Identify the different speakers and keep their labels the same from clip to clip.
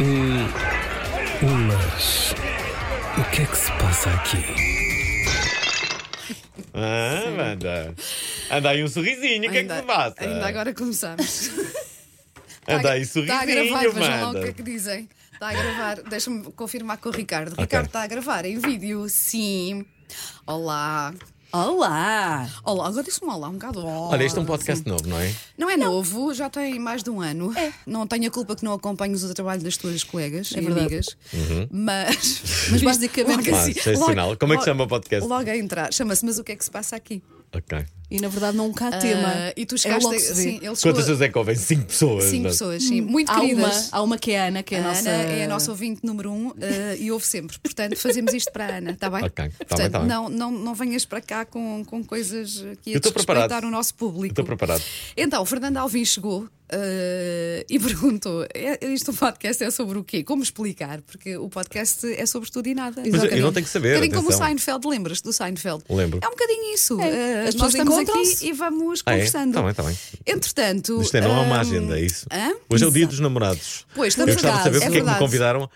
Speaker 1: Hum, mas o que é que se passa aqui?
Speaker 2: Ah, anda. Anda aí um sorrisinho, o que é que se passa?
Speaker 3: Ainda agora começamos.
Speaker 2: Anda aí
Speaker 3: Está a
Speaker 2: sorrisinho,
Speaker 3: gravar, vejam lá o que é
Speaker 2: manda.
Speaker 3: que dizem. Está a gravar, deixa-me confirmar com o Ricardo. Ricardo está a gravar em vídeo, sim. Olá.
Speaker 4: Olá!
Speaker 3: Olá, agora disse-me olá um bocado. Olá.
Speaker 2: Olha, este é um podcast novo, não é?
Speaker 3: Não é novo, já tem mais de um ano.
Speaker 4: É.
Speaker 3: Não tenho a culpa que não acompanhes o trabalho das tuas colegas e
Speaker 4: verdade.
Speaker 3: amigas. Mas,
Speaker 4: Mas basicamente-
Speaker 3: logo
Speaker 2: Uhum. Ah,
Speaker 3: assim,
Speaker 2: sensacional. Como é que
Speaker 3: logo-
Speaker 2: chama o podcast?
Speaker 3: Logo a entrar, chama-se Mas o que é que se passa aqui?
Speaker 2: Ok.
Speaker 4: E na verdade não cá há tema.
Speaker 3: Ah, e tu
Speaker 4: É
Speaker 3: chegaste.
Speaker 4: logo se vê. Hum.
Speaker 3: sim, ele chegou
Speaker 2: Quantas
Speaker 3: a-
Speaker 2: pessoas é que ouvem? Cinco pessoas.
Speaker 3: Cinco
Speaker 2: não?
Speaker 3: pessoas, sim. Muito
Speaker 4: há, uma,
Speaker 3: queridas.
Speaker 4: há uma que é a Ana, que é a
Speaker 3: A
Speaker 4: nossa.
Speaker 3: Ana é a nossa ouvinte número um eh, e ouve sempre. Portanto, fazemos isto para a Ana, está bem?
Speaker 2: Ok, tá bem,
Speaker 3: Portanto,
Speaker 2: tá bem.
Speaker 3: Não, não, não venhas para cá com, com coisas que
Speaker 2: Eu
Speaker 3: a
Speaker 2: estou preparado.
Speaker 3: desrespeitar o nosso público.
Speaker 2: Estou preparado.
Speaker 3: Então, o Fernando Alvim chegou eh, e perguntou: "É- isto do podcast é sobre o quê? Como explicar? Porque o podcast é sobre tudo e nada.
Speaker 2: eu não tenho que saber,
Speaker 3: Um bocadinho como o
Speaker 2: atenção.
Speaker 3: Seinfeld, lembras-te do Seinfeld?
Speaker 2: Lembro.
Speaker 3: É um bocadinho isso.
Speaker 4: É,
Speaker 3: Eh, nós
Speaker 4: as pessoas
Speaker 3: estamos aqui
Speaker 4: encontram-se.
Speaker 3: e vamos
Speaker 2: Ah, é?
Speaker 3: conversando.
Speaker 2: Tá bem, tá bem.
Speaker 3: Entretanto. eh,
Speaker 2: Isto é, não há uma
Speaker 3: ahm,
Speaker 2: agenda, é isso.
Speaker 3: Hum, hã?
Speaker 2: Hoje é o dia dos namorados.
Speaker 3: Pois,
Speaker 2: Eu
Speaker 3: estamos
Speaker 2: gostava de saber porque
Speaker 3: verdade, é
Speaker 2: é que me
Speaker 3: verdade.
Speaker 2: convidaram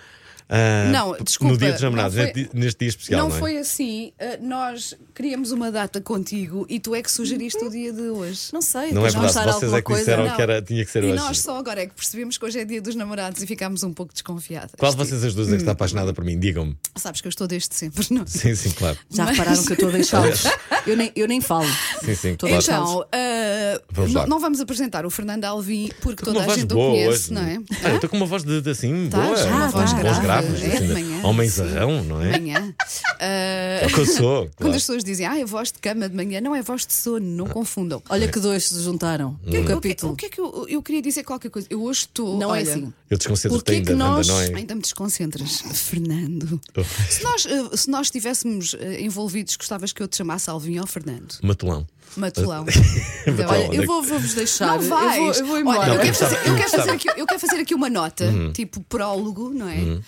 Speaker 2: ah,
Speaker 3: Não, desculpa,
Speaker 2: no dia dos
Speaker 3: não
Speaker 2: namorados,
Speaker 3: foi-
Speaker 2: neste, dia- neste dia especial.
Speaker 3: Não,
Speaker 2: Não, é?
Speaker 3: foi assim. eh, nós queríamos uma data contigo e tu é que sugeriste o dia de hoje.
Speaker 4: Não sei,
Speaker 2: Não é
Speaker 4: depois vão
Speaker 2: verdade,
Speaker 4: estar
Speaker 2: vocês
Speaker 4: alguma
Speaker 2: é que
Speaker 4: coisa.
Speaker 2: disseram
Speaker 3: Não.
Speaker 2: que era, tinha que ser
Speaker 3: e
Speaker 2: hoje.
Speaker 3: nós só agora é que percebemos que hoje é dia dos namorados e ficámos um pouco desconfiadas.
Speaker 2: Qual de vocês as duas é que está apaixonada por mim? Digam-me.
Speaker 3: Sabes que eu estou desde sempre, não? é?
Speaker 2: Sim, sim, claro.
Speaker 4: Já
Speaker 3: Mas-
Speaker 4: repararam que eu estou a deixá-los? eu, nem, eu nem falo.
Speaker 2: Sim, sim,
Speaker 4: Estou a
Speaker 2: claro.
Speaker 4: deixá-los.
Speaker 3: Então, eh,
Speaker 2: Vamos
Speaker 3: não,
Speaker 2: lá.
Speaker 3: não vamos apresentar o Fernando Alvim porque
Speaker 2: Estou com
Speaker 3: toda
Speaker 2: uma
Speaker 3: a
Speaker 2: voz
Speaker 3: gente o
Speaker 2: boa
Speaker 3: conhece,
Speaker 2: hoje.
Speaker 3: não é? Tá,
Speaker 2: Ah, eu estou com uma voz de, de assim,
Speaker 3: Estás,
Speaker 2: boa.
Speaker 3: uma
Speaker 4: voz
Speaker 2: voz
Speaker 3: grave,
Speaker 2: grave.
Speaker 3: é de
Speaker 2: assim,
Speaker 3: manhã,
Speaker 2: homenzarrão, não é?
Speaker 3: Amanhã. Eh,
Speaker 2: É o que eu sou.
Speaker 3: quando
Speaker 2: claro.
Speaker 3: as pessoas dizem, ah, é voz de cama de manhã, não é voz de sono, não confundam.
Speaker 4: Olha que dois se juntaram. Um
Speaker 3: O que,
Speaker 4: capítulo.
Speaker 3: o que é que eu, eu queria dizer qualquer coisa? Eu hoje estou.
Speaker 4: Não é
Speaker 3: olha,
Speaker 4: assim.
Speaker 2: Eu desconcentro-te
Speaker 4: Porquê
Speaker 2: ainda,
Speaker 4: que nós-
Speaker 2: ainda, não é?
Speaker 3: Ainda me desconcentras, Fernando. Se nós, eh, se nós estivéssemos eh, envolvidos, gostavas que eu te chamasse Alvin ou Fernando?
Speaker 2: Matulão.
Speaker 3: Matulão.
Speaker 2: Matulão,
Speaker 3: Então, Olha,
Speaker 2: onde é
Speaker 4: Eu
Speaker 2: que-
Speaker 4: vou- vou-vos deixar.
Speaker 3: Não vais.
Speaker 4: Eu vou, eu vou
Speaker 3: Olha, é
Speaker 4: embora.
Speaker 3: eu
Speaker 2: Não,
Speaker 3: quero
Speaker 2: eu gostava-
Speaker 3: fazer, eu
Speaker 2: eu
Speaker 3: quero
Speaker 2: gostava.
Speaker 3: fazer aqui, eu quero fazer aqui uma nota, tipo prólogo, não é?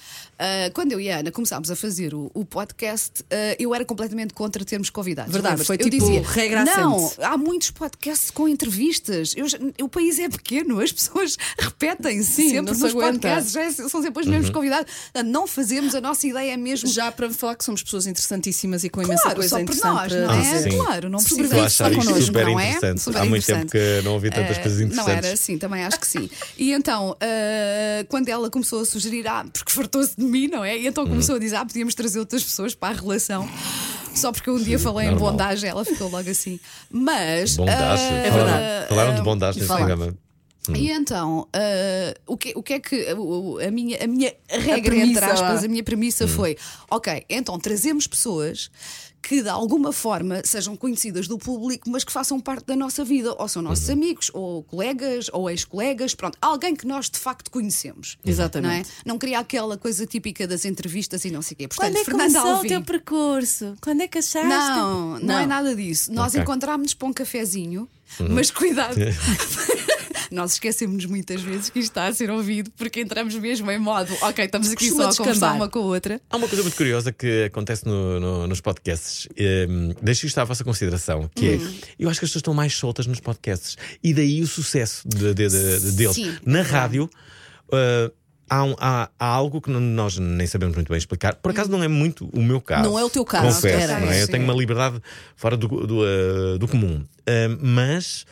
Speaker 3: Ah, quando eu e a Ana começámos a fazer o, o podcast, ah, eu era completamente contra termos convidados.
Speaker 4: Verdade,
Speaker 3: lembras-te?
Speaker 4: foi
Speaker 3: eu
Speaker 4: tipo
Speaker 3: dizia,
Speaker 4: regra
Speaker 3: Não,
Speaker 4: assente."
Speaker 3: há muitos podcasts com entrevistas. Eu já- o país é pequeno, as pessoas repetem
Speaker 4: Sim,
Speaker 3: sempre
Speaker 4: não se
Speaker 3: nos
Speaker 4: aguenta.
Speaker 3: podcasts, já é, são sempre os mesmos convidados. Portanto, Não fazemos, a nossa ideia é mesmo.
Speaker 4: Já para falar que somos pessoas interessantíssimas e com imensa
Speaker 3: Claro,
Speaker 4: coisa
Speaker 3: só por
Speaker 4: interessante.
Speaker 3: nós,
Speaker 4: para
Speaker 3: não é?
Speaker 4: dizer.
Speaker 2: Ah, sim.
Speaker 3: Claro, não
Speaker 4: Estou
Speaker 2: Estou
Speaker 3: precisa
Speaker 2: a
Speaker 3: de
Speaker 2: achar
Speaker 3: estar
Speaker 2: isto
Speaker 3: connosco,
Speaker 2: super
Speaker 3: não é?
Speaker 2: interessante.
Speaker 3: Super
Speaker 2: Há muito
Speaker 3: interessante.
Speaker 2: tempo que não ouvi tantas
Speaker 3: Eh,
Speaker 2: coisas interessantes.
Speaker 3: Não era assim, também acho que sim. E então, eh, quando ela começou a sugerir, ah, porque fartou-se de mim, não é? E então começou a dizer, ah, podíamos trazer outras pessoas para a relação. Só porque um dia falei em
Speaker 2: normal.
Speaker 3: bondagem, ela ficou logo assim. Mas.
Speaker 2: Bondage.
Speaker 3: eh,
Speaker 2: né? Falaram-
Speaker 4: verdade.
Speaker 2: Falaram de bondage nesse
Speaker 4: Falaram.
Speaker 2: programa.
Speaker 4: Hum.
Speaker 3: e então, ah, o, que, o que é que o- o- a, minha, a minha regra,
Speaker 4: premissa, Hum.
Speaker 3: entre aspas,
Speaker 4: vá.
Speaker 3: a minha premissa foi: ok, então trazemos pessoas que de alguma forma sejam conhecidas do público, mas que façam parte da nossa vida, ou são
Speaker 4: Uhum.
Speaker 3: nossos amigos, ou colegas, ou ex-colegas, pronto, alguém que nós de facto
Speaker 4: Uhum.
Speaker 3: conhecemos. Não, é?
Speaker 4: Exatamente.
Speaker 3: não queria aquela coisa típica das entrevistas e não sei o quê. Portanto,
Speaker 4: Quando é que
Speaker 3: Fernando
Speaker 4: começou o
Speaker 3: Alvim.
Speaker 4: teu percurso? Quando é que achaste?
Speaker 3: Não, não, é nada disso. Nós
Speaker 2: Ok. Uhum.
Speaker 3: encontrámos-nos para um cafezinho, mas cuidado. Nós esquecemos muitas vezes que isto está a ser ouvido porque entramos mesmo em modo, ok, estamos aqui
Speaker 4: Costuma
Speaker 3: só a conversar
Speaker 4: descambar.
Speaker 3: uma com a outra.
Speaker 2: Há uma coisa muito curiosa que acontece no- no- nos podcasts. Hum, deixo isto à vossa consideração, que
Speaker 4: Hum.
Speaker 2: é eu acho que as pessoas estão mais soltas nos podcasts e daí o sucesso de- de- de- de- deles.
Speaker 3: Sim.
Speaker 2: Na rádio. uh, Há, um- há- há algo que não- nós nem sabemos muito bem explicar. Por acaso, não é muito o meu caso.
Speaker 4: Não é o teu caso,
Speaker 2: Confesso,
Speaker 4: era
Speaker 2: não é? Eu
Speaker 3: isso,
Speaker 2: tenho
Speaker 3: é.
Speaker 2: uma liberdade fora do, do, uh, do comum. Uh, mas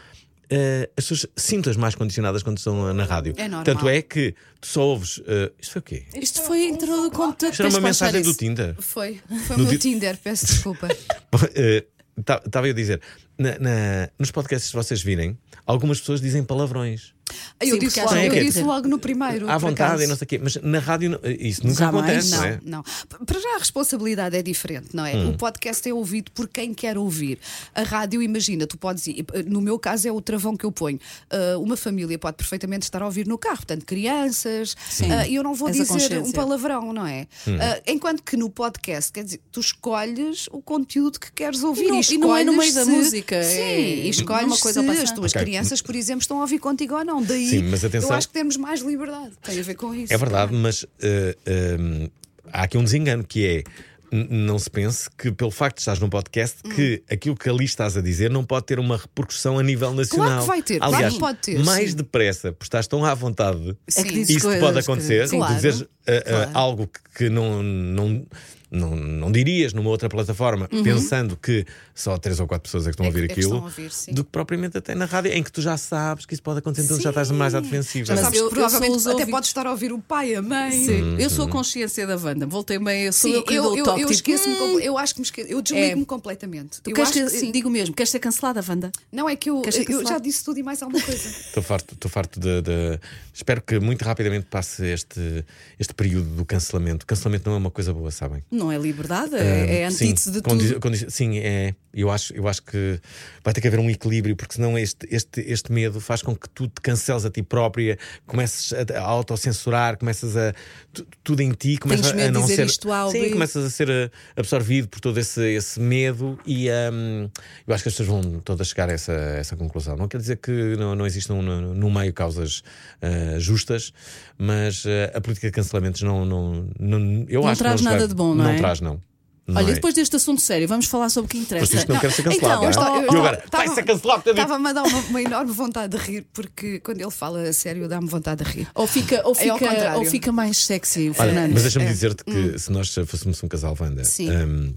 Speaker 2: uh, as pessoas sintam-as mais condicionadas quando estão na rádio.
Speaker 3: É normal.
Speaker 2: Tanto é que tu só ouves. uh, isto foi o quê?
Speaker 4: Isto foi
Speaker 3: é
Speaker 4: intro
Speaker 3: um
Speaker 4: do conto.
Speaker 2: Isto era uma mensagem do Tinder.
Speaker 3: Foi, foi o
Speaker 2: No
Speaker 3: meu
Speaker 2: di-
Speaker 3: Tinder, peço desculpa.
Speaker 2: Estava Eh, tá, eu a dizer, na- na- nos podcasts que vocês virem, algumas pessoas dizem palavrões
Speaker 3: eu
Speaker 4: Sim,
Speaker 3: disse
Speaker 4: porque
Speaker 3: logo,
Speaker 2: acho
Speaker 3: eu
Speaker 2: que é
Speaker 3: disse
Speaker 2: que-
Speaker 3: logo no primeiro.
Speaker 2: à
Speaker 3: por
Speaker 2: vontade
Speaker 3: acaso.
Speaker 2: e não sei o quê, mas na rádio não- eh, isso nunca
Speaker 4: Jamais.
Speaker 2: acontece,
Speaker 3: Não,
Speaker 2: não é? Hum.
Speaker 3: não. P- Para já a responsabilidade é diferente, não é? O podcast é ouvido por quem quer ouvir. A rádio, imagina, tu podes ir. No meu caso é o travão que eu ponho. Ah, uma família pode perfeitamente estar a ouvir no carro, portanto, crianças. ah, E eu não vou
Speaker 4: Essa
Speaker 3: dizer um
Speaker 4: consciência.
Speaker 3: palavrão, não é?
Speaker 2: Uhum.
Speaker 3: Ah, enquanto que no podcast, quer dizer, tu escolhes o conteúdo que queres ouvir.
Speaker 4: não-
Speaker 3: e,
Speaker 4: e não é no
Speaker 3: escolhes
Speaker 4: meio da
Speaker 3: se-
Speaker 4: música,
Speaker 3: Sim,
Speaker 4: é
Speaker 3: e escolhes
Speaker 4: uma coisa
Speaker 3: se
Speaker 4: ao passar.
Speaker 3: as tuas
Speaker 2: Ok.
Speaker 3: crianças, por exemplo, estão a ouvir contigo ou não. Daí
Speaker 2: Sim, mas
Speaker 3: eu
Speaker 2: atenção-
Speaker 3: acho que temos mais liberdade. Tem a ver com isso.
Speaker 2: É verdade, mas eh, ehm, há aqui um desengano que é. n- não se pense que, pelo facto de estás num podcast,
Speaker 3: Hum.
Speaker 2: que aquilo que ali estás a dizer não pode ter uma repercussão a nível nacional.
Speaker 3: vai ter, claro
Speaker 2: Aliás,
Speaker 3: que pode ter,
Speaker 2: mais
Speaker 3: sim.
Speaker 2: depressa, porque estás tão à vontade,
Speaker 4: É que
Speaker 3: Sim.
Speaker 4: dizes
Speaker 2: isso te
Speaker 4: coisas
Speaker 2: pode
Speaker 4: que-
Speaker 2: acontecer,
Speaker 4: Sim.
Speaker 3: Claro.
Speaker 2: de dizeres ah, ah,
Speaker 3: Claro.
Speaker 2: algo que- que não. não não, não dirias numa outra plataforma, pensando que só três ou quatro pessoas é que estão a
Speaker 3: Uhum. É que-
Speaker 2: ouvir
Speaker 3: é que
Speaker 2: aquilo,
Speaker 3: estão a ouvir, sim.
Speaker 2: do que propriamente até na rádio, em que tu já sabes que isso pode acontecer, então já estás mais à defensiva.
Speaker 3: Já
Speaker 4: Mas
Speaker 3: sabes
Speaker 4: eu-
Speaker 3: que
Speaker 4: eu
Speaker 3: provavelmente
Speaker 4: sou os
Speaker 3: até
Speaker 4: ouvi-
Speaker 3: podes estar a ouvir o pai, a mãe.
Speaker 4: Sim, eu
Speaker 2: Uhum.
Speaker 4: sou a consciência da Wanda. Voltei bem, eu sou
Speaker 3: Sim,
Speaker 4: eu que
Speaker 3: eu,
Speaker 4: dou o
Speaker 3: eu,
Speaker 4: toque.
Speaker 3: eu
Speaker 4: tipo,
Speaker 3: esqueço-me,
Speaker 4: "Hum, É.
Speaker 3: com- eu acho que me esqueço, eu desligo-me completamente.
Speaker 4: Tu
Speaker 3: eu
Speaker 4: queres
Speaker 3: acho que,
Speaker 4: que-
Speaker 3: sim.
Speaker 4: digo mesmo, queres ser cancelada, Wanda?
Speaker 3: Não é que eu,
Speaker 4: Queres ser
Speaker 3: eu já
Speaker 4: cancelado?
Speaker 3: disse tudo e mais alguma coisa.
Speaker 2: Estou farto, estou farto de, de- Espero que muito rapidamente passe este, este período do cancelamento. Cancelamento não é uma coisa boa, sabem?
Speaker 4: Não é liberdade, é, é
Speaker 2: Sim,
Speaker 4: antítese de
Speaker 2: condi-
Speaker 4: tudo.
Speaker 2: condi- sim, é. Eu acho, eu acho que vai ter que haver um equilíbrio, porque senão este, este, este medo faz com que tu te canceles a ti própria, comeces a, a autocensurar, começas a. tu- tudo em ti, começas
Speaker 4: Tens medo
Speaker 2: a, a
Speaker 4: de
Speaker 2: não
Speaker 4: dizer
Speaker 2: ser.
Speaker 4: isto ao
Speaker 2: sim,
Speaker 4: vivo.
Speaker 2: começas a ser uh, absorvido por todo esse, esse medo e um, eu acho que as pessoas vão todas chegar a essa, essa conclusão. Não quer dizer que não, não existam no, no meio causas uh, justas, mas uh, a política de cancelamentos não. não, não eu
Speaker 4: Não
Speaker 2: acho que
Speaker 4: traz
Speaker 2: nos vai-
Speaker 4: nada de bom, não é?
Speaker 2: traz, não. Não
Speaker 4: Olha,
Speaker 2: é.
Speaker 4: e depois deste assunto sério, vamos falar sobre o que
Speaker 2: Mas
Speaker 4: interessa.
Speaker 2: isto não, quer ser cancelado.
Speaker 4: Então,
Speaker 2: não é?
Speaker 3: está- eu-
Speaker 2: e agora,
Speaker 3: estava-
Speaker 2: vai ser cancelado,
Speaker 4: Tá
Speaker 2: tem
Speaker 3: Estava-me a dar uma, uma enorme vontade de rir, porque quando ele fala a sério, dá-me vontade de rir.
Speaker 4: Ou fica, ou,
Speaker 3: É ao
Speaker 4: fica,
Speaker 3: contrário.
Speaker 4: ou fica mais sexy o
Speaker 2: Olha,
Speaker 4: Fernando.
Speaker 2: mas deixa-me dizer-te que se nós fôssemos um casal, Wanda,
Speaker 3: Sim.
Speaker 2: hum,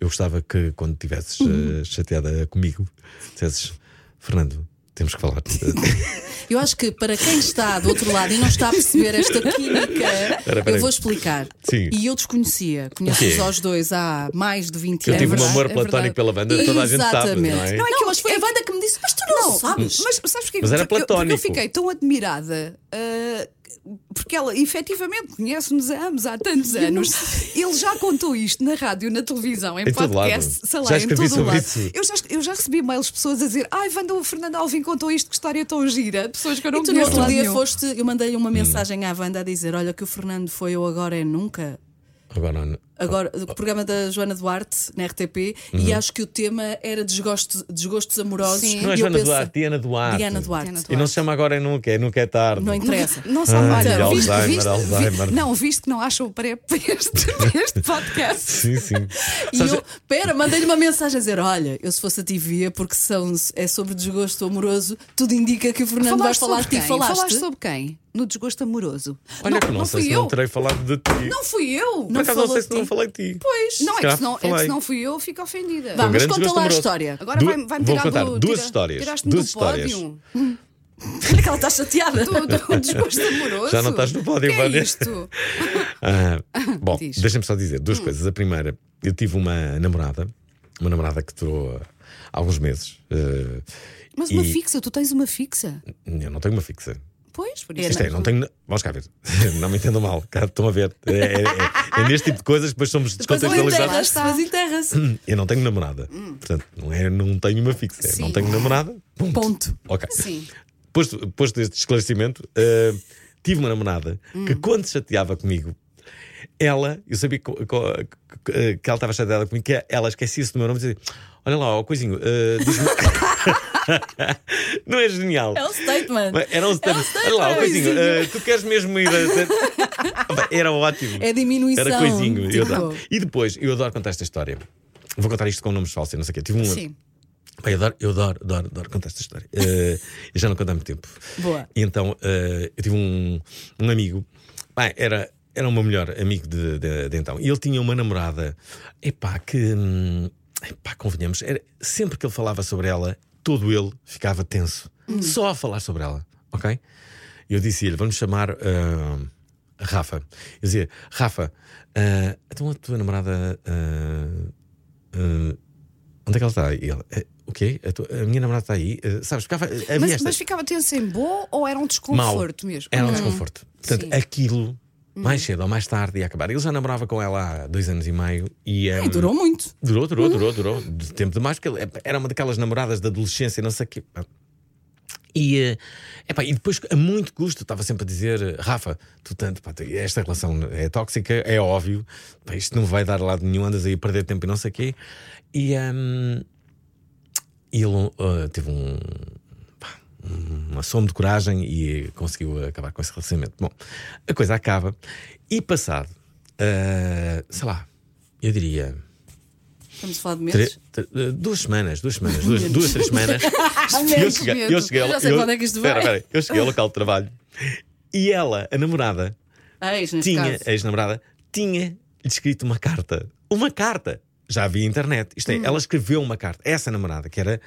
Speaker 2: eu gostava que quando estivesses eh, chateada comigo, dissesses: Fernando, temos que falar.
Speaker 4: Eu acho que para quem está do outro lado e não está a perceber esta química,
Speaker 2: Espera, espera aí.
Speaker 4: eu vou explicar.
Speaker 2: Sim.
Speaker 4: E eu desconhecia,
Speaker 2: O
Speaker 4: conheço-os
Speaker 2: quê?
Speaker 4: aos dois há mais de 20
Speaker 2: Que eu
Speaker 4: anos.
Speaker 2: tive um amor
Speaker 3: é
Speaker 2: platónico
Speaker 3: verdade.
Speaker 2: pela Wanda, toda a gente sabe, não é?
Speaker 4: Exatamente.
Speaker 3: Não,
Speaker 4: mas foi a Wanda que me disse, mas tu não, sabes.
Speaker 3: Mas sabes porquê?
Speaker 2: Mas era
Speaker 3: Porque eu- porque Eu,
Speaker 2: platónico.
Speaker 3: fiquei tão admirada. ah, porque ela efetivamente conhece-nos há anos, há tantos anos. Ele já contou isto na rádio, na televisão, em,
Speaker 2: Em todo
Speaker 3: podcast,
Speaker 2: lado.
Speaker 3: sei lá,
Speaker 2: Já
Speaker 3: em
Speaker 2: escrevi
Speaker 3: todo o
Speaker 2: sobre
Speaker 3: lado.
Speaker 2: isso.
Speaker 3: Eu já, eu já recebi mails de pessoas a dizer: Ai, Wanda, o Fernando Alvim contou isto, que história tão gira. Pessoas que eu não
Speaker 4: E tu no
Speaker 3: conheço.
Speaker 4: outro
Speaker 3: lá
Speaker 4: dia
Speaker 3: nenhum.
Speaker 4: foste, eu mandei-lhe
Speaker 2: Hum.
Speaker 4: uma mensagem à Wanda a dizer: Olha, que o Fernando foi eu agora é nunca.
Speaker 2: Agora, não-
Speaker 4: Agora, o programa da Joana Duarte na RTP, e acho que o tema era desgostos, desgostos amorosos.
Speaker 3: Sim.
Speaker 4: E
Speaker 2: Uhum. não é
Speaker 4: eu
Speaker 2: Joana
Speaker 4: pensei-
Speaker 2: Duarte, Diana Duarte.
Speaker 4: Diana Duarte.
Speaker 2: E não se chama agora é nunca, é nunca é tarde.
Speaker 4: Não interessa.
Speaker 3: Não sabe
Speaker 2: Ai,
Speaker 3: olha,
Speaker 2: Alzheimer,
Speaker 3: viste, viste,
Speaker 2: Alzheimer.
Speaker 3: vi- não, viste que não achou o pré para este, para este podcast.
Speaker 2: Sim, sim.
Speaker 4: E
Speaker 2: Sabes,
Speaker 4: eu, pera, mandei-lhe uma mensagem a dizer: Olha, eu se fosse a ti via, porque são, é sobre desgosto amoroso, tudo indica que o Fernando vai falar de
Speaker 3: sobre
Speaker 4: ti.
Speaker 3: quem?
Speaker 4: Falaste?
Speaker 3: Falaste sobre quem? No desgosto amoroso.
Speaker 2: Olha, que não, sei
Speaker 3: fui
Speaker 2: se
Speaker 3: eu.
Speaker 2: não terei falado de ti.
Speaker 3: Não fui eu.
Speaker 2: Por acaso não
Speaker 4: falou
Speaker 2: sei
Speaker 4: de
Speaker 2: se não
Speaker 4: ti.
Speaker 2: falei de ti.
Speaker 3: Pois. Não, é que
Speaker 2: calhar
Speaker 3: se não, é que
Speaker 2: falei.
Speaker 3: se não fui eu, fico ofendida.
Speaker 4: Vá,
Speaker 2: Um
Speaker 4: mas
Speaker 2: grande
Speaker 4: conta
Speaker 2: desgosto
Speaker 4: lá a
Speaker 2: amoroso.
Speaker 4: história.
Speaker 3: Agora
Speaker 2: Du-
Speaker 3: vai-me vai-me
Speaker 2: vou
Speaker 3: tirar
Speaker 2: contar
Speaker 3: do,
Speaker 2: duas
Speaker 3: tira-
Speaker 2: histórias.
Speaker 3: Tiraste-me
Speaker 2: Duas
Speaker 3: do
Speaker 2: histórias.
Speaker 3: pódio.
Speaker 4: Como é que ela está chateada?
Speaker 3: Do, do desgosto amoroso.
Speaker 2: Já não estás no pódio,
Speaker 3: que é
Speaker 2: Vânia.
Speaker 3: isto?
Speaker 2: Ah, bom,
Speaker 3: Diz. Hum.
Speaker 2: deixa-me só dizer duas coisas. A primeira, eu tive uma namorada, uma namorada que durou ah, alguns meses. eh,
Speaker 3: Mas uma
Speaker 2: E-
Speaker 3: fixa, tu tens uma fixa.
Speaker 2: eu não tenho uma fixa.
Speaker 3: Pois, por
Speaker 2: Isto
Speaker 3: isso.
Speaker 2: é, não tenho. Vamos cá ver. Não me entendam mal, cá estão a ver. É, é- é- é neste tipo de coisas, depois somos
Speaker 4: Mas ela
Speaker 2: descontextualizados.
Speaker 4: enterra-se, mas enterra-se.
Speaker 2: Eu não tenho namorada. Portanto, não, é, não tenho uma fixa. é, Não
Speaker 3: Hum. Sim.
Speaker 2: tenho namorada. Ponto.
Speaker 4: Ponto.
Speaker 2: Ok.
Speaker 3: Sim.
Speaker 2: Posto, posto este esclarecimento, eh, tive uma namorada
Speaker 3: Hum.
Speaker 2: que quando se chateava comigo, ela, eu sabia co- co- que, eh, que ela estava chateada comigo, que ela esquecia-se do meu nome e dizia: Olha lá, ó, coisinho, eh, diz-me." não é genial?
Speaker 4: É um statement.
Speaker 2: Mas Era um statement. Olha lá, ó, coisinho, eh, tu queres mesmo ir. a- Ah, pá, Era ótimo.
Speaker 4: É diminuição.
Speaker 2: Era coisinho. eu
Speaker 4: tipo.
Speaker 2: adoro. E depois, eu adoro contar esta história. Vou contar isto com nomes falsos, eu não sei o quê. Tive um,
Speaker 3: Sim.
Speaker 2: Pá, eu adoro, eu adoro, adoro, adoro contar esta história. Eh, eu já não conto há muito tempo.
Speaker 4: Boa.
Speaker 2: E então eh, eu tive um, um amigo, pá, era, era o meu melhor amigo de, de- de então. E ele tinha uma namorada, epá, que. hum, Epá, convenhamos, era, sempre que ele falava sobre ela, todo ele ficava tenso. Só a falar sobre ela, ok? E Eu disse-lhe, vamos chamar ah, Rafa. Eu dizia, Rafa, ah, então a tua namorada. ah, ah, Onde é que ela está? E ele, "Eh, o quê? A, tua- a minha namorada está aí? Eh, sabes, ficava. Havia
Speaker 3: Mas,
Speaker 2: esta-
Speaker 3: mas ficava tenso em bom ou era um
Speaker 2: mau.
Speaker 3: desconforto mesmo? Uhum.
Speaker 2: Era um desconforto. Portanto,
Speaker 3: Sim. Uhum.
Speaker 2: aquilo, mais cedo ou mais tarde, ia acabar. Ele já namorava com ela há dois anos e meio e.
Speaker 4: Ai,
Speaker 2: ehm,
Speaker 4: durou muito.
Speaker 2: Durou, durou, durou, durou. De tempo demais, porque ele é, era uma daquelas namoradas da adolescência, não sei o quê. E, eh, epá, e depois, a muito custo, estava sempre a dizer: eh, Rafa, tu tanto, pá, tu- esta relação é tóxica, é óbvio, pá, isto não vai dar lado nenhum, andas aí a perder tempo e não sei o quê. E ehm, e ele eh, teve um, pá, um assomo de coragem e conseguiu acabar com esse relacionamento. Bom, a coisa acaba e, passado, eh, sei lá, eu diria.
Speaker 4: Estamos a falar de
Speaker 2: tre-
Speaker 4: meses?
Speaker 2: tre- eh, duas semanas, duas semanas, duas, duas, três semanas. eu,
Speaker 3: meses,
Speaker 2: cheguei, eu
Speaker 3: meses.
Speaker 2: cheguei ao-
Speaker 4: Já sei
Speaker 2: eu-
Speaker 4: quando é que isto vai.
Speaker 2: Espera, espera, eu cheguei ao local de trabalho e ela, a namorada,
Speaker 4: Eis, neste
Speaker 2: tinha,
Speaker 4: caso.
Speaker 2: a ex-namorada, tinha-lhe escrito uma carta. Uma carta! Já havia internet. Isto é,
Speaker 4: Hum.
Speaker 2: ela escreveu uma carta. Essa namorada, que era.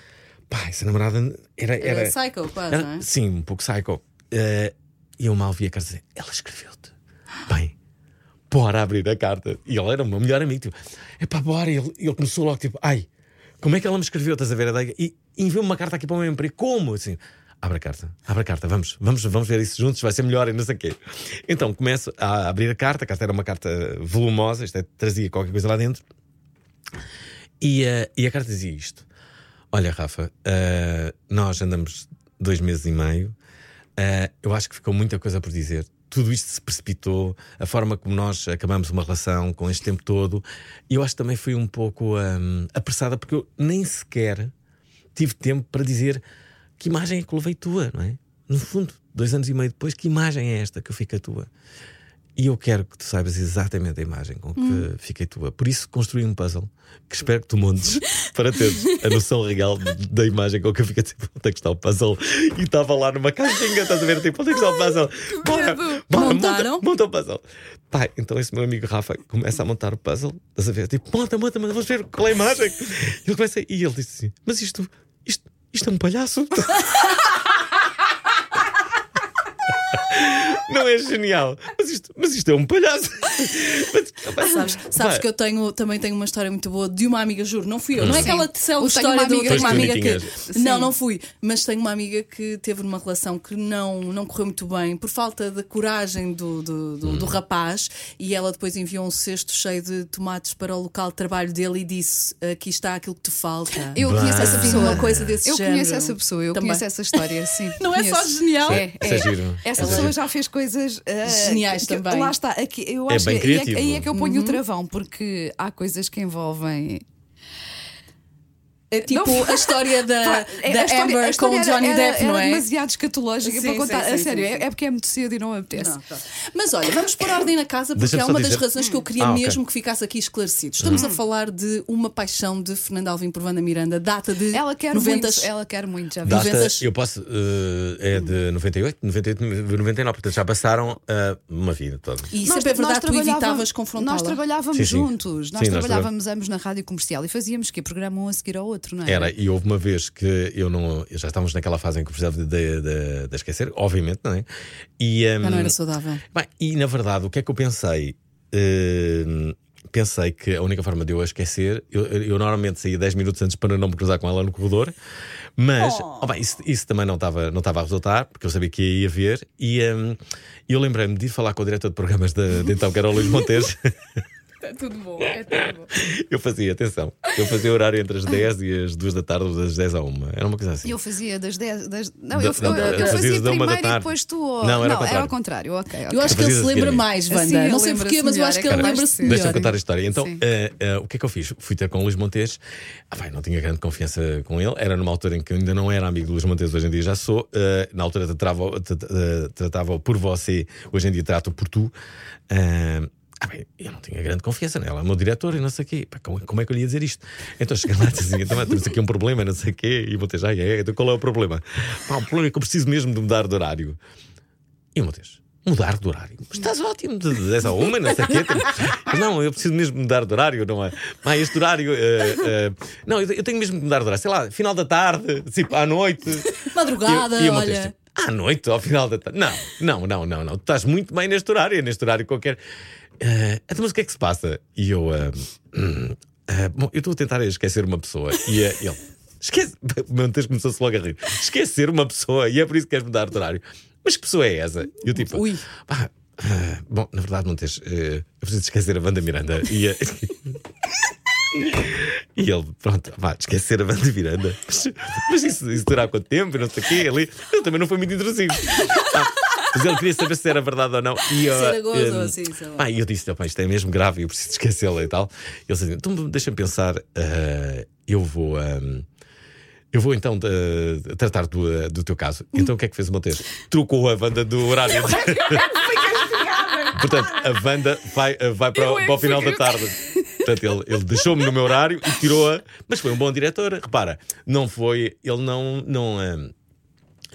Speaker 2: Pá, essa namorada era.
Speaker 4: Era,
Speaker 2: Era,
Speaker 4: psycho, quase,
Speaker 2: era-
Speaker 4: não é?
Speaker 2: Sim, um pouco psycho. Eh, E eu mal vi a carta dizer: ela escreveu-te. Bem, bora abrir a carta. E ela era o meu melhor amigo. Tipo, epá, bora. E ele, ele começou logo, tipo, ai, como é que ela me escreveu? Estás a ver? Adega? E e enviou-me uma carta aqui para o meu emprego. Como? Assim, abre a carta, abre a carta, vamos, vamos, vamos ver isso juntos, vai ser melhor e não sei o quê. Então começo a abrir a carta. A carta era uma carta volumosa, isto é, trazia qualquer coisa lá dentro. E, eh, e a carta dizia isto: Olha, Rafa, eh, nós andamos dois meses e meio, eh, eu acho que ficou muita coisa por dizer. Tudo isto se precipitou, a forma como nós acabamos uma relação com este tempo todo, e eu acho que também fui um pouco ahm, apressada, porque eu nem sequer tive tempo para dizer que imagem é que levei tua, não é? No fundo, dois anos e meio depois, que imagem é esta que eu fico a tua? E eu quero que tu saibas exatamente a imagem com que
Speaker 4: Hum.
Speaker 2: fiquei tua. Por isso construí um puzzle que espero que tu montes para teres a noção real da imagem com que eu fiquei tipo, onde é que está o puzzle? E estava lá numa caixinha, estás a ver? Tipo, onde é que está o puzzle? Bora,
Speaker 4: medo.
Speaker 2: bora,
Speaker 4: Montaram?
Speaker 2: monta, monta o puzzle. Pá, então esse meu amigo Rafa começa a montar o puzzle, estás a ver? Tipo, monta, monta, monta, vamos ver qual é a imagem. E ele começa, e ele disse assim: Mas isto, isto, isto é um palhaço? Não é genial. Mas isto, mas isto é um palhaço. Mas, opa,
Speaker 4: Sabes, sabes
Speaker 2: opa,
Speaker 4: que eu tenho, também tenho uma história muito boa de uma amiga, juro, não fui eu. Não é
Speaker 3: Sim.
Speaker 4: aquela célebre
Speaker 3: Eu tenho
Speaker 4: história
Speaker 3: uma
Speaker 4: de
Speaker 3: amiga-
Speaker 4: tenho uma
Speaker 2: Foste
Speaker 4: amiga
Speaker 2: tu,
Speaker 4: que.
Speaker 2: Nitinhas.
Speaker 4: Não,
Speaker 3: Sim.
Speaker 4: não fui. Mas tenho uma amiga que teve uma relação que não, não correu muito bem por falta da coragem do, do, do- do rapaz. E ela depois enviou um cesto cheio de tomates para o local de trabalho dele e disse: Aqui está aquilo que te falta.
Speaker 3: Eu conheço essa
Speaker 4: Assim,
Speaker 3: pessoa.
Speaker 4: uma coisa desse
Speaker 3: eu
Speaker 4: género.
Speaker 3: conheço essa pessoa, eu
Speaker 4: Também.
Speaker 3: conheço essa história, sim.
Speaker 4: Não é só
Speaker 3: conheço.
Speaker 4: genial?
Speaker 3: É,
Speaker 2: Isso é giro.
Speaker 3: Essa
Speaker 2: Isso é
Speaker 3: pessoa
Speaker 2: giro.
Speaker 3: já fez coisas ah,
Speaker 4: Geniais
Speaker 3: que-
Speaker 4: também.
Speaker 3: Lá está, aqui, eu
Speaker 2: É
Speaker 3: acho
Speaker 2: bem
Speaker 3: que aí é,
Speaker 2: criativo.
Speaker 3: aí é que eu ponho o travão, porque há coisas que envolvem.
Speaker 4: É tipo
Speaker 3: Não.
Speaker 4: a história da,
Speaker 3: É,
Speaker 4: da
Speaker 3: a história- a
Speaker 4: Amber com
Speaker 3: história
Speaker 4: o
Speaker 3: era-
Speaker 4: Johnny
Speaker 3: era-
Speaker 4: Depp, não
Speaker 3: era
Speaker 4: é?
Speaker 3: demasiado escatológica
Speaker 4: Sim,
Speaker 3: para contar.
Speaker 4: sim,
Speaker 3: a
Speaker 4: sim,
Speaker 3: sério,
Speaker 4: sim,
Speaker 3: é-
Speaker 4: sim.
Speaker 3: é porque é muito cedo e não apetece.
Speaker 4: Não, tá. Mas olha, vamos pôr ordem na casa porque
Speaker 2: Deixa-me
Speaker 4: é
Speaker 2: só
Speaker 4: uma das
Speaker 2: dizer-
Speaker 4: razões que eu queria
Speaker 2: Ah, ok.
Speaker 4: mesmo que ficasse aqui esclarecido. Estamos a falar de uma paixão de Fernando Alvim por Wanda Miranda, data de
Speaker 3: Ela quer
Speaker 4: 90
Speaker 3: muito, ela quer muito, já vi.
Speaker 2: Data,
Speaker 4: 90s.
Speaker 2: eu posso. eh, é de 98, 98, 99, portanto já passaram eh, uma vida toda.
Speaker 4: E sempre é verdade, tu
Speaker 3: trabalhava-
Speaker 4: evitavas
Speaker 3: Nós
Speaker 4: confrontá-la.
Speaker 3: trabalhávamos
Speaker 2: Sim, sim.
Speaker 3: juntos, nós
Speaker 2: Sim, nós
Speaker 3: trabalhávamos ambos na rádio comercial e fazíamos que programa um a seguir ao outro, não é?
Speaker 2: Era, e houve uma vez que eu não. eu Já estávamos naquela fase em que eu precisava de, de- de- de esquecer, obviamente, não é? E, ehm,
Speaker 4: Já não era saudável.
Speaker 2: bem, e na verdade, o que é que eu pensei? Ehm, pensei que a única forma de eu a esquecer, eu, eu normalmente saía 10 minutos antes para não me cruzar com ela no corredor, mas oh, bem, isso, isso também não estava não estava a resultar, porque eu sabia que ia haver, e ehm, eu lembrei-me de ir falar com o diretor de programas de, de então, que era o Luís Montes.
Speaker 4: Tudo bom, é tudo bom.
Speaker 2: eu fazia, atenção, eu fazia horário entre as 10 e as 2 da tarde, ou das 10 à 1. Era uma coisa assim.
Speaker 3: E Eu fazia das 10. Das... Não,
Speaker 2: Da-
Speaker 3: eu, eu-
Speaker 2: da-
Speaker 3: eu
Speaker 2: das
Speaker 3: fazia
Speaker 2: dez da uma da
Speaker 3: primeiro e
Speaker 2: tarde.
Speaker 3: depois tu. ou-
Speaker 2: Não, era ao
Speaker 3: ao contrário. ok, ok.
Speaker 4: Eu acho que ele
Speaker 2: Fazia-se a
Speaker 4: se
Speaker 2: seguir a
Speaker 4: lembra
Speaker 2: mim.
Speaker 4: mais, Wanda.
Speaker 3: Assim, ele
Speaker 4: não sei
Speaker 3: lembra-se
Speaker 4: porquê, mas eu
Speaker 3: melhor,
Speaker 4: acho
Speaker 3: é
Speaker 4: que ele
Speaker 3: capaz
Speaker 4: lembra-se
Speaker 3: de ser.
Speaker 4: melhor.
Speaker 2: Deixa-me contar a história. Então,
Speaker 3: Sim.
Speaker 2: eh, eh, o que é que eu fiz? Fui ter com o Luís Montes. Ah, bem, não tinha grande confiança com ele. Era numa altura em que eu ainda não era amigo do Luís Montes, hoje em dia já sou. Eh, na altura tratava-o tratava por você, hoje em dia trato por tu. Ah, ah, bem, eu não tinha grande confiança nela, é o meu diretor e não sei o quê. Pá, como, como é que eu lhe ia dizer isto? Então cheguei lá e disse assim: então, ah, temos aqui um problema, não sei o quê. E o Montes, ai, ai, então qual é o problema? Pá, o problema é que eu preciso mesmo de mudar de horário. E o Montes, mudar de horário. Mas Estás ótimo, de 10 a 1, não sei o quê. tipo, Mas não, eu preciso mesmo mudar de horário, não é? Ah, este horário. eh, eh, não, eu eu tenho mesmo que mudar de horário. Sei lá, final da tarde, tipo, à noite.
Speaker 4: Madrugada,
Speaker 2: E- e o Montes,
Speaker 4: olha.
Speaker 2: tipo, à noite, ao final da tarde. Não, não, não, não, não. Tu estás muito bem neste horário, é neste horário qualquer. Eh, então, mas o que é que se passa? E eu. ah, hum, ah, bom, eu estou a tentar esquecer uma pessoa. E ah, ele. Esquece. O meu texto começou-se logo a rir. Esquecer uma pessoa e é por isso que queres mudar de horário. Mas que pessoa é essa? E Eu tipo.
Speaker 4: Ui.
Speaker 2: "Pá, ah, bom, na verdade, não tens. eh, eu preciso esquecer a Wanda Miranda. E, ah, e ele, pronto, vá, esquecer a Wanda Miranda. Mas, mas isso, isso durar quanto tempo? e Não sei o quê. Ele, ele também não foi muito intrusivo. Ah, mas ele queria saber se era verdade ou não. E,
Speaker 4: Se era
Speaker 2: ah,
Speaker 4: gozo ou
Speaker 2: hum,
Speaker 4: assim, sei lá.
Speaker 2: pá, e eu disse: "Opa, isto é mesmo grave, eu preciso esquecê-la e tal. E ele disse: então deixa-me pensar, ah, eu vou. ah, eu vou então ah, tratar do, ah, do teu caso.
Speaker 4: Hum.
Speaker 2: Então o que é que fez o Montes? Trocou a Wanda do horário. Portanto, a Wanda vai, ah, vai para, o-
Speaker 3: Eu é
Speaker 2: para o
Speaker 3: que fui-
Speaker 2: final da
Speaker 3: eu-
Speaker 2: tarde. Portanto, ele, ele deixou-me no meu horário e tirou-a. Mas foi um bom diretor. Repara, não foi. Ele não. não hum,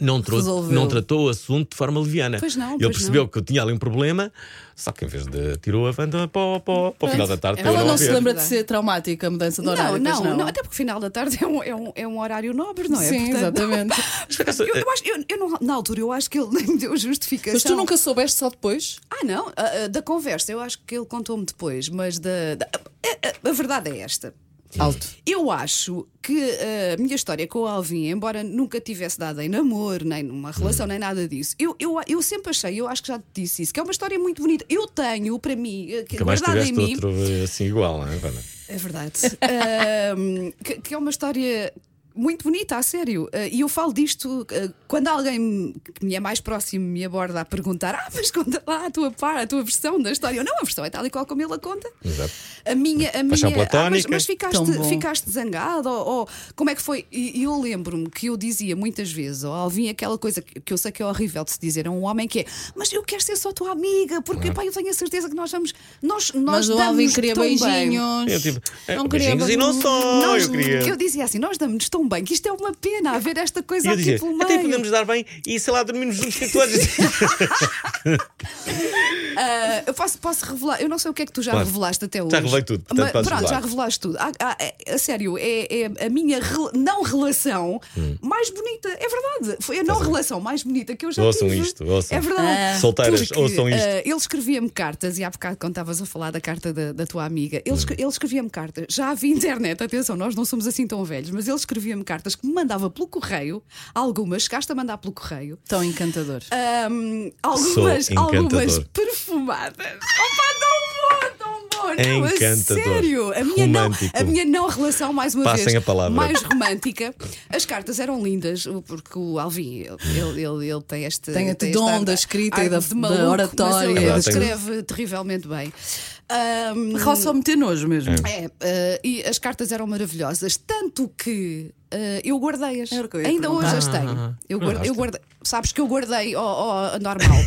Speaker 2: não, trou-
Speaker 4: Resolveu.
Speaker 2: não tratou o assunto de forma leviana.
Speaker 3: Pois não,
Speaker 2: Ele
Speaker 3: pois
Speaker 2: percebeu
Speaker 3: não.
Speaker 2: que eu tinha ali um problema, só que em vez de tirou a vanda para, o- para, o- para o final da tarde. para eu
Speaker 4: Ela não se
Speaker 2: ver.
Speaker 4: lembra de ser traumática a mudança de
Speaker 3: Não,
Speaker 4: horário. pois
Speaker 3: não, não, até porque final da tarde é um, é um, é um horário nobre, não é?
Speaker 4: Sim,
Speaker 3: Portanto,
Speaker 4: exatamente.
Speaker 2: Mas por acaso,
Speaker 3: Eu, eu acho, eu, eu não- na altura eu acho que ele nem me deu justificação.
Speaker 4: Mas tu nunca soubeste só depois?
Speaker 3: Ah, não, ah, ah, da conversa, eu acho que ele contou-me depois, mas da, da- a- a- a verdade é esta.
Speaker 4: Alto.
Speaker 3: Eu acho que eh, a minha história com o Alvin, embora nunca tivesse dado em namoro, nem numa relação, nem nada disso, eu, eu, eu sempre achei, eu acho que já te disse isso, que é uma história muito bonita. Eu tenho, para mim, eh, que
Speaker 2: Nunca mais
Speaker 3: guardada em
Speaker 2: tiveste
Speaker 3: mim.
Speaker 2: outro eh, assim igual, não é, Vanda?
Speaker 3: É verdade. Ahm, que, que é uma história. Muito bonita, a sério. Ah, E eu falo disto ah, quando alguém me- que me é mais próximo me aborda a perguntar: Ah, mas conta lá a tua, par, a tua versão da história. Eu, não, a versão é tal e qual como ele a conta.
Speaker 2: Exato.
Speaker 3: A minha. A minha
Speaker 2: Paixão
Speaker 3: "Ah, mas,
Speaker 2: platónica."
Speaker 3: mas
Speaker 4: Tão
Speaker 3: ficaste,
Speaker 4: bom.
Speaker 3: ficaste zangado? Ou, ou como é que foi? E e eu lembro-me que eu dizia muitas vezes ao Alvin aquela coisa que que eu sei que é horrível de se dizer a um homem: que é, Mas eu quero ser só tua amiga, porque pá, eu tenho a certeza que nós vamos. Nós, nós
Speaker 4: Mas o Alvin
Speaker 3: damos
Speaker 4: queria
Speaker 3: tão bem."
Speaker 4: beijinhos.
Speaker 2: Eu tive. eh,
Speaker 4: Não queria
Speaker 2: beijinhos e não só,
Speaker 3: Nós-
Speaker 2: Oh, eu queria.
Speaker 3: que eu dizia assim, nós damos-nos tão bem que isto é uma pena haver esta
Speaker 2: E
Speaker 3: coisa
Speaker 2: eu
Speaker 3: aqui
Speaker 2: dizia,
Speaker 3: pelo
Speaker 2: até
Speaker 3: meio.
Speaker 2: podemos dar bem e sei lá, dormimos juntos que tu
Speaker 3: Ah, eu posso, posso revelar, eu não sei o que é que tu já
Speaker 2: Claro.
Speaker 3: revelaste até hoje.
Speaker 2: revelei tudo, portanto,
Speaker 3: Mas,
Speaker 2: podes
Speaker 3: pronto,
Speaker 2: revelar.
Speaker 3: já revelaste tudo. Ah, ah, é- a sério, é, é a minha rel- não relação
Speaker 2: Hum.
Speaker 3: mais bonita. É verdade. Foi a não relação mais bonita que eu já
Speaker 2: Ouçam
Speaker 3: tive.
Speaker 2: isto, ouçam.
Speaker 3: É verdade.
Speaker 2: Solteiras,
Speaker 3: Porque,
Speaker 2: ouçam isto.
Speaker 3: ah, ele escrevia-me cartas, e há bocado quando estavas a falar da carta da, da tua amiga,
Speaker 2: Hum.
Speaker 3: ele, escre- ele escrevia-me cartas. Já havia internet, atenção, nós não somos assim tão velhos, mas ele escrevia-me cartas que me mandava pelo correio, algumas, chegaste a mandar pelo correio.
Speaker 4: Tão encantador.
Speaker 3: Ahm, algumas,
Speaker 2: Sou
Speaker 3: algumas
Speaker 2: encantador.
Speaker 3: perfumadas. Opa, tão bom, tão bom. Não, a
Speaker 2: Encantador.
Speaker 3: sério. A minha, não,
Speaker 2: Romântico.
Speaker 3: a minha não relação, mais uma
Speaker 2: Passem
Speaker 3: vez,
Speaker 2: a palavra.
Speaker 3: mais romântica. As cartas eram lindas, porque o Alvin, ele, ele, ele, ele tem este.
Speaker 4: Tem este
Speaker 3: esta
Speaker 4: dom
Speaker 3: ar-
Speaker 4: da escrita e
Speaker 3: ar
Speaker 4: da-
Speaker 3: de
Speaker 4: da
Speaker 3: maluco, mas
Speaker 4: oratória.
Speaker 3: Ele,
Speaker 2: É
Speaker 3: ele
Speaker 2: verdade, tem-
Speaker 3: escreve terrivelmente bem. Ahm,
Speaker 4: Hum. só meter nojo mesmo.
Speaker 3: é, eh, e as cartas eram maravilhosas, tanto que eh, eu guardei-as.
Speaker 4: Era o que eu ia
Speaker 3: Ainda hoje as
Speaker 2: perguntar.
Speaker 3: tenho. Eu,
Speaker 2: Ah,
Speaker 3: guar- eu
Speaker 2: guardaste?
Speaker 3: guardei. Sabes que eu guardei, ó, ó, normal.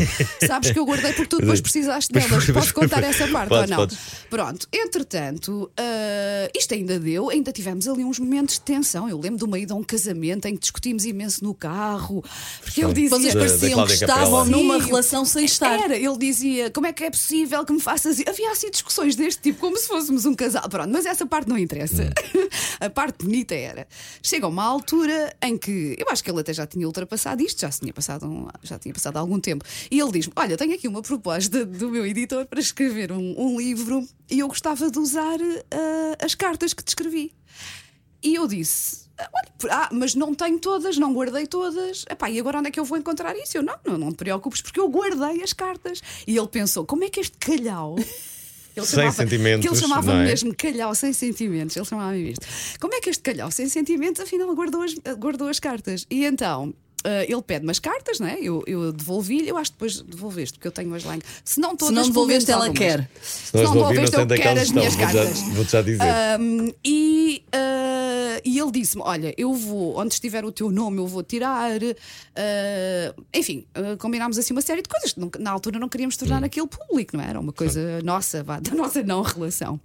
Speaker 3: Sabes que eu guardei porque tu depois precisaste
Speaker 2: Pois
Speaker 3: delas.
Speaker 2: é- foi,
Speaker 3: Podes
Speaker 2: pois foi.
Speaker 3: contar essa parte
Speaker 2: Podes,
Speaker 3: ou não?
Speaker 2: podes.
Speaker 3: Pronto, entretanto, eh, isto ainda deu, ainda tivemos ali uns momentos de tensão. Eu lembro de uma ida a um casamento em que discutimos imenso no carro, porque ele dizia.
Speaker 4: Vocês
Speaker 2: Da- da
Speaker 4: pareciam que
Speaker 2: Cláudia Capela.
Speaker 4: estavam
Speaker 3: Sim. É, tipo,
Speaker 4: numa relação sem estar.
Speaker 3: Era, ele dizia como é que é possível que me faças. i-?" Havia assim discussões deste tipo, como se fôssemos um casal. Pronto, mas essa parte não interessa. A parte bonita era. Chega uma altura em que eu acho que ele até já tinha ultrapassado isto, já se tinha passado, um- já tinha passado algum tempo. E ele diz-me: Olha, tenho aqui uma proposta do meu editor para escrever um, um livro e eu gostava de usar ah, as cartas que te escrevi. E eu disse: "Ah, olha, por- ah, mas não tenho todas, não guardei todas. Epá, e agora onde é que eu vou encontrar isso? Eu não, não, não te preocupes, porque eu guardei as cartas. E ele pensou: como é que este calhau. Ele
Speaker 2: Sem sentimentos,
Speaker 3: Que ele chamava
Speaker 2: não é?
Speaker 3: mesmo calhau sem sentimentos. Ele chamava mesmo isto. Como é que este calhau sem sentimentos, afinal, guardou as, guardou as cartas? E então. ah, ele pede umas cartas, não é? Eu, eu devolvi-lhe, eu acho que depois devolveste, porque eu tenho as lá. em- Se não todas,
Speaker 4: Se não
Speaker 3: pelo menos
Speaker 4: devolveste, ela
Speaker 3: algumas.
Speaker 4: quer.
Speaker 2: Se não as ouvir, não
Speaker 3: devolveste,
Speaker 2: sei
Speaker 3: eu
Speaker 2: onde é que
Speaker 3: quero
Speaker 2: elas
Speaker 3: as
Speaker 2: estão.
Speaker 3: minhas
Speaker 2: Vou-te
Speaker 3: cartas.
Speaker 2: já, vou já dizer.
Speaker 3: Um, e, uh, e ele disse-me: Olha, eu vou, onde estiver o teu nome, eu vou tirar. uh, enfim, uh, combinámos assim uma série de coisas. Nunca- na altura não queríamos
Speaker 4: Hum.
Speaker 3: tornar aquilo público, não é? era? Uma coisa nossa, vá, da nossa não relação.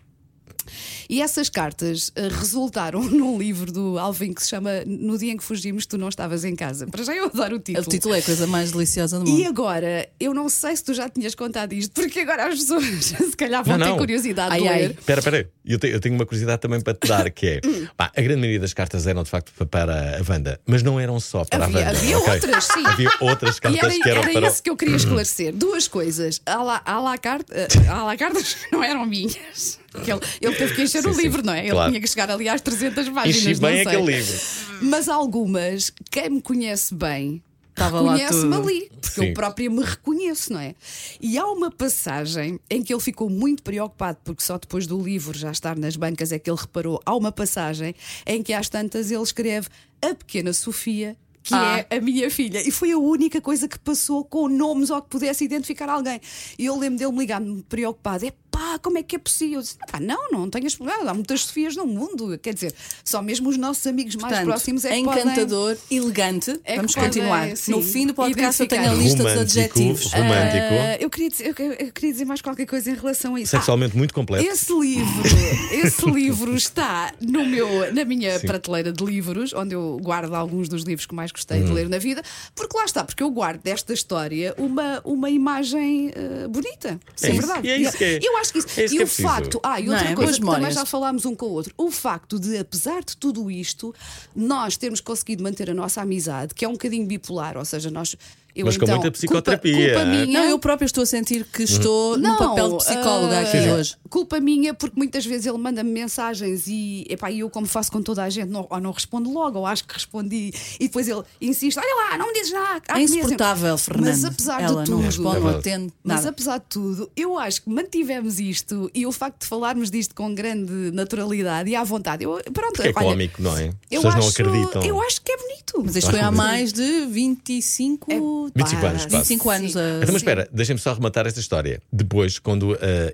Speaker 3: E essas cartas uh, resultaram num livro do Alvin que se chama No Dia em que Fugimos, Tu Não Estavas em Casa. Para já eu adoro o
Speaker 4: O
Speaker 3: título.
Speaker 4: título é a coisa mais deliciosa do mundo.
Speaker 3: E agora, eu não sei se tu já tinhas contado isto, porque agora as pessoas se calhar vão
Speaker 2: Não,
Speaker 3: ter
Speaker 2: não.
Speaker 3: curiosidade de
Speaker 4: Ai, ai.
Speaker 3: ler.
Speaker 2: Espera, espera, eu, te- eu tenho uma curiosidade também para te dar, que é
Speaker 3: Hum.
Speaker 2: pá, a grande maioria das cartas eram de facto pa- para a Wanda, mas não eram só para
Speaker 3: Havia-
Speaker 2: a Wanda.
Speaker 3: havia
Speaker 2: ok?
Speaker 3: outras, sim.
Speaker 2: Havia outras
Speaker 3: E
Speaker 2: cartas
Speaker 3: era,
Speaker 2: que eram
Speaker 3: era
Speaker 2: para.
Speaker 3: isso que eu queria esclarecer. Duas coisas. À la, à la carte, eh, à la cartas que não eram minhas. Porque Ele, ele teve que encher
Speaker 2: Sim,
Speaker 3: o
Speaker 2: sim,
Speaker 3: livro, não é? Ele
Speaker 2: claro.
Speaker 3: tinha que chegar ali às 300 páginas.
Speaker 2: Enchi
Speaker 3: ah, não
Speaker 2: bem
Speaker 3: sei.
Speaker 2: aquele livro.
Speaker 3: Mas algumas, quem me conhece bem,
Speaker 4: Estava lá
Speaker 3: conhece-me
Speaker 4: tudo.
Speaker 3: ali. Porque
Speaker 2: Sim.
Speaker 3: eu própria me reconheço, não é? E há uma passagem em que ele ficou muito preocupado, porque só depois do livro já estar nas bancas é que ele reparou. Há uma passagem em que às tantas ele escreve a pequena Sofia. Que
Speaker 4: Ah.
Speaker 3: é a minha filha. E foi a única coisa que passou com nomes ou que pudesse identificar alguém. E eu lembro dele me ligar-me preocupado: é pá, ah, como é que é possível? Eu disse, "Ah, pá, não, não tenhas problema, há muitas Sofias no mundo. Quer dizer, só mesmo os nossos amigos mais
Speaker 4: Portanto,
Speaker 3: próximos é que podem-
Speaker 4: encantador, elegante.
Speaker 3: É que
Speaker 4: Vamos
Speaker 3: podem,
Speaker 4: continuar.
Speaker 3: sim,
Speaker 4: no fim do podcast eu tenho a
Speaker 3: identificar.
Speaker 4: lista dos
Speaker 2: Romântico,
Speaker 4: adjetivos.
Speaker 2: romântico.
Speaker 3: Ah, eu, queria dizer, eu, eu queria dizer mais qualquer coisa em relação a isso. Ah,
Speaker 2: Sexualmente muito completo.
Speaker 3: Esse livro, esse livro está no meu, na minha prateleira de livros, onde eu guardo alguns dos livros que mais gostei
Speaker 2: Uhum.
Speaker 3: de ler na vida, porque lá está, porque eu guardo desta história uma, uma imagem eh, bonita.
Speaker 2: É
Speaker 3: é
Speaker 2: isso,
Speaker 3: verdade.
Speaker 2: e é isso que é-
Speaker 3: eu acho que isso.
Speaker 2: é isso
Speaker 3: e
Speaker 2: que é
Speaker 3: o
Speaker 2: preciso.
Speaker 3: facto, ah, e
Speaker 4: Não,
Speaker 3: outra
Speaker 4: é
Speaker 3: coisa
Speaker 4: boas
Speaker 3: que também
Speaker 4: memórias.
Speaker 3: já falámos um com o outro, o facto de, apesar de tudo isto, nós termos conseguido manter a nossa amizade, que é um bocadinho bipolar, ou seja, nós. Eu,
Speaker 2: Mas com
Speaker 3: então,
Speaker 2: muita
Speaker 3: culpa-
Speaker 2: psicoterapia.
Speaker 3: Culpa, minha,
Speaker 4: Não, eu própria estou a sentir que
Speaker 2: Uhum.
Speaker 4: estou no papel de psicóloga
Speaker 3: ah,
Speaker 4: aqui hoje.
Speaker 3: Culpa minha, porque muitas vezes ele manda-me mensagens e epá, eu, como faço com toda a gente, não, ou não respondo logo, ou acho que respondi, e depois ele insiste: olha lá, não me dizes nada. há
Speaker 4: É
Speaker 3: que me dizer."
Speaker 4: insuportável, Fernando.
Speaker 3: Mas apesar
Speaker 4: Ela
Speaker 3: de
Speaker 4: não
Speaker 3: tudo,
Speaker 4: responde, não
Speaker 2: É verdade.
Speaker 4: atende.
Speaker 3: mas
Speaker 4: nada.
Speaker 3: apesar de tudo, eu acho que mantivemos isto e o facto de falarmos disto com grande naturalidade e à vontade. Eu, pronto,
Speaker 2: Porque é
Speaker 3: olha,
Speaker 2: cómico, não é? As
Speaker 3: Eu
Speaker 2: pessoas não
Speaker 3: acho-
Speaker 2: acreditam.
Speaker 3: Eu acho que é bonito.
Speaker 4: Mas isto foi há mais de 25,
Speaker 3: É-
Speaker 2: 25 anos, quase.
Speaker 4: 25 anos.
Speaker 3: Sim.
Speaker 4: ah,
Speaker 2: Então, mas
Speaker 4: sim.
Speaker 2: espera, deixem-me só rematar esta história. Depois, quando ah,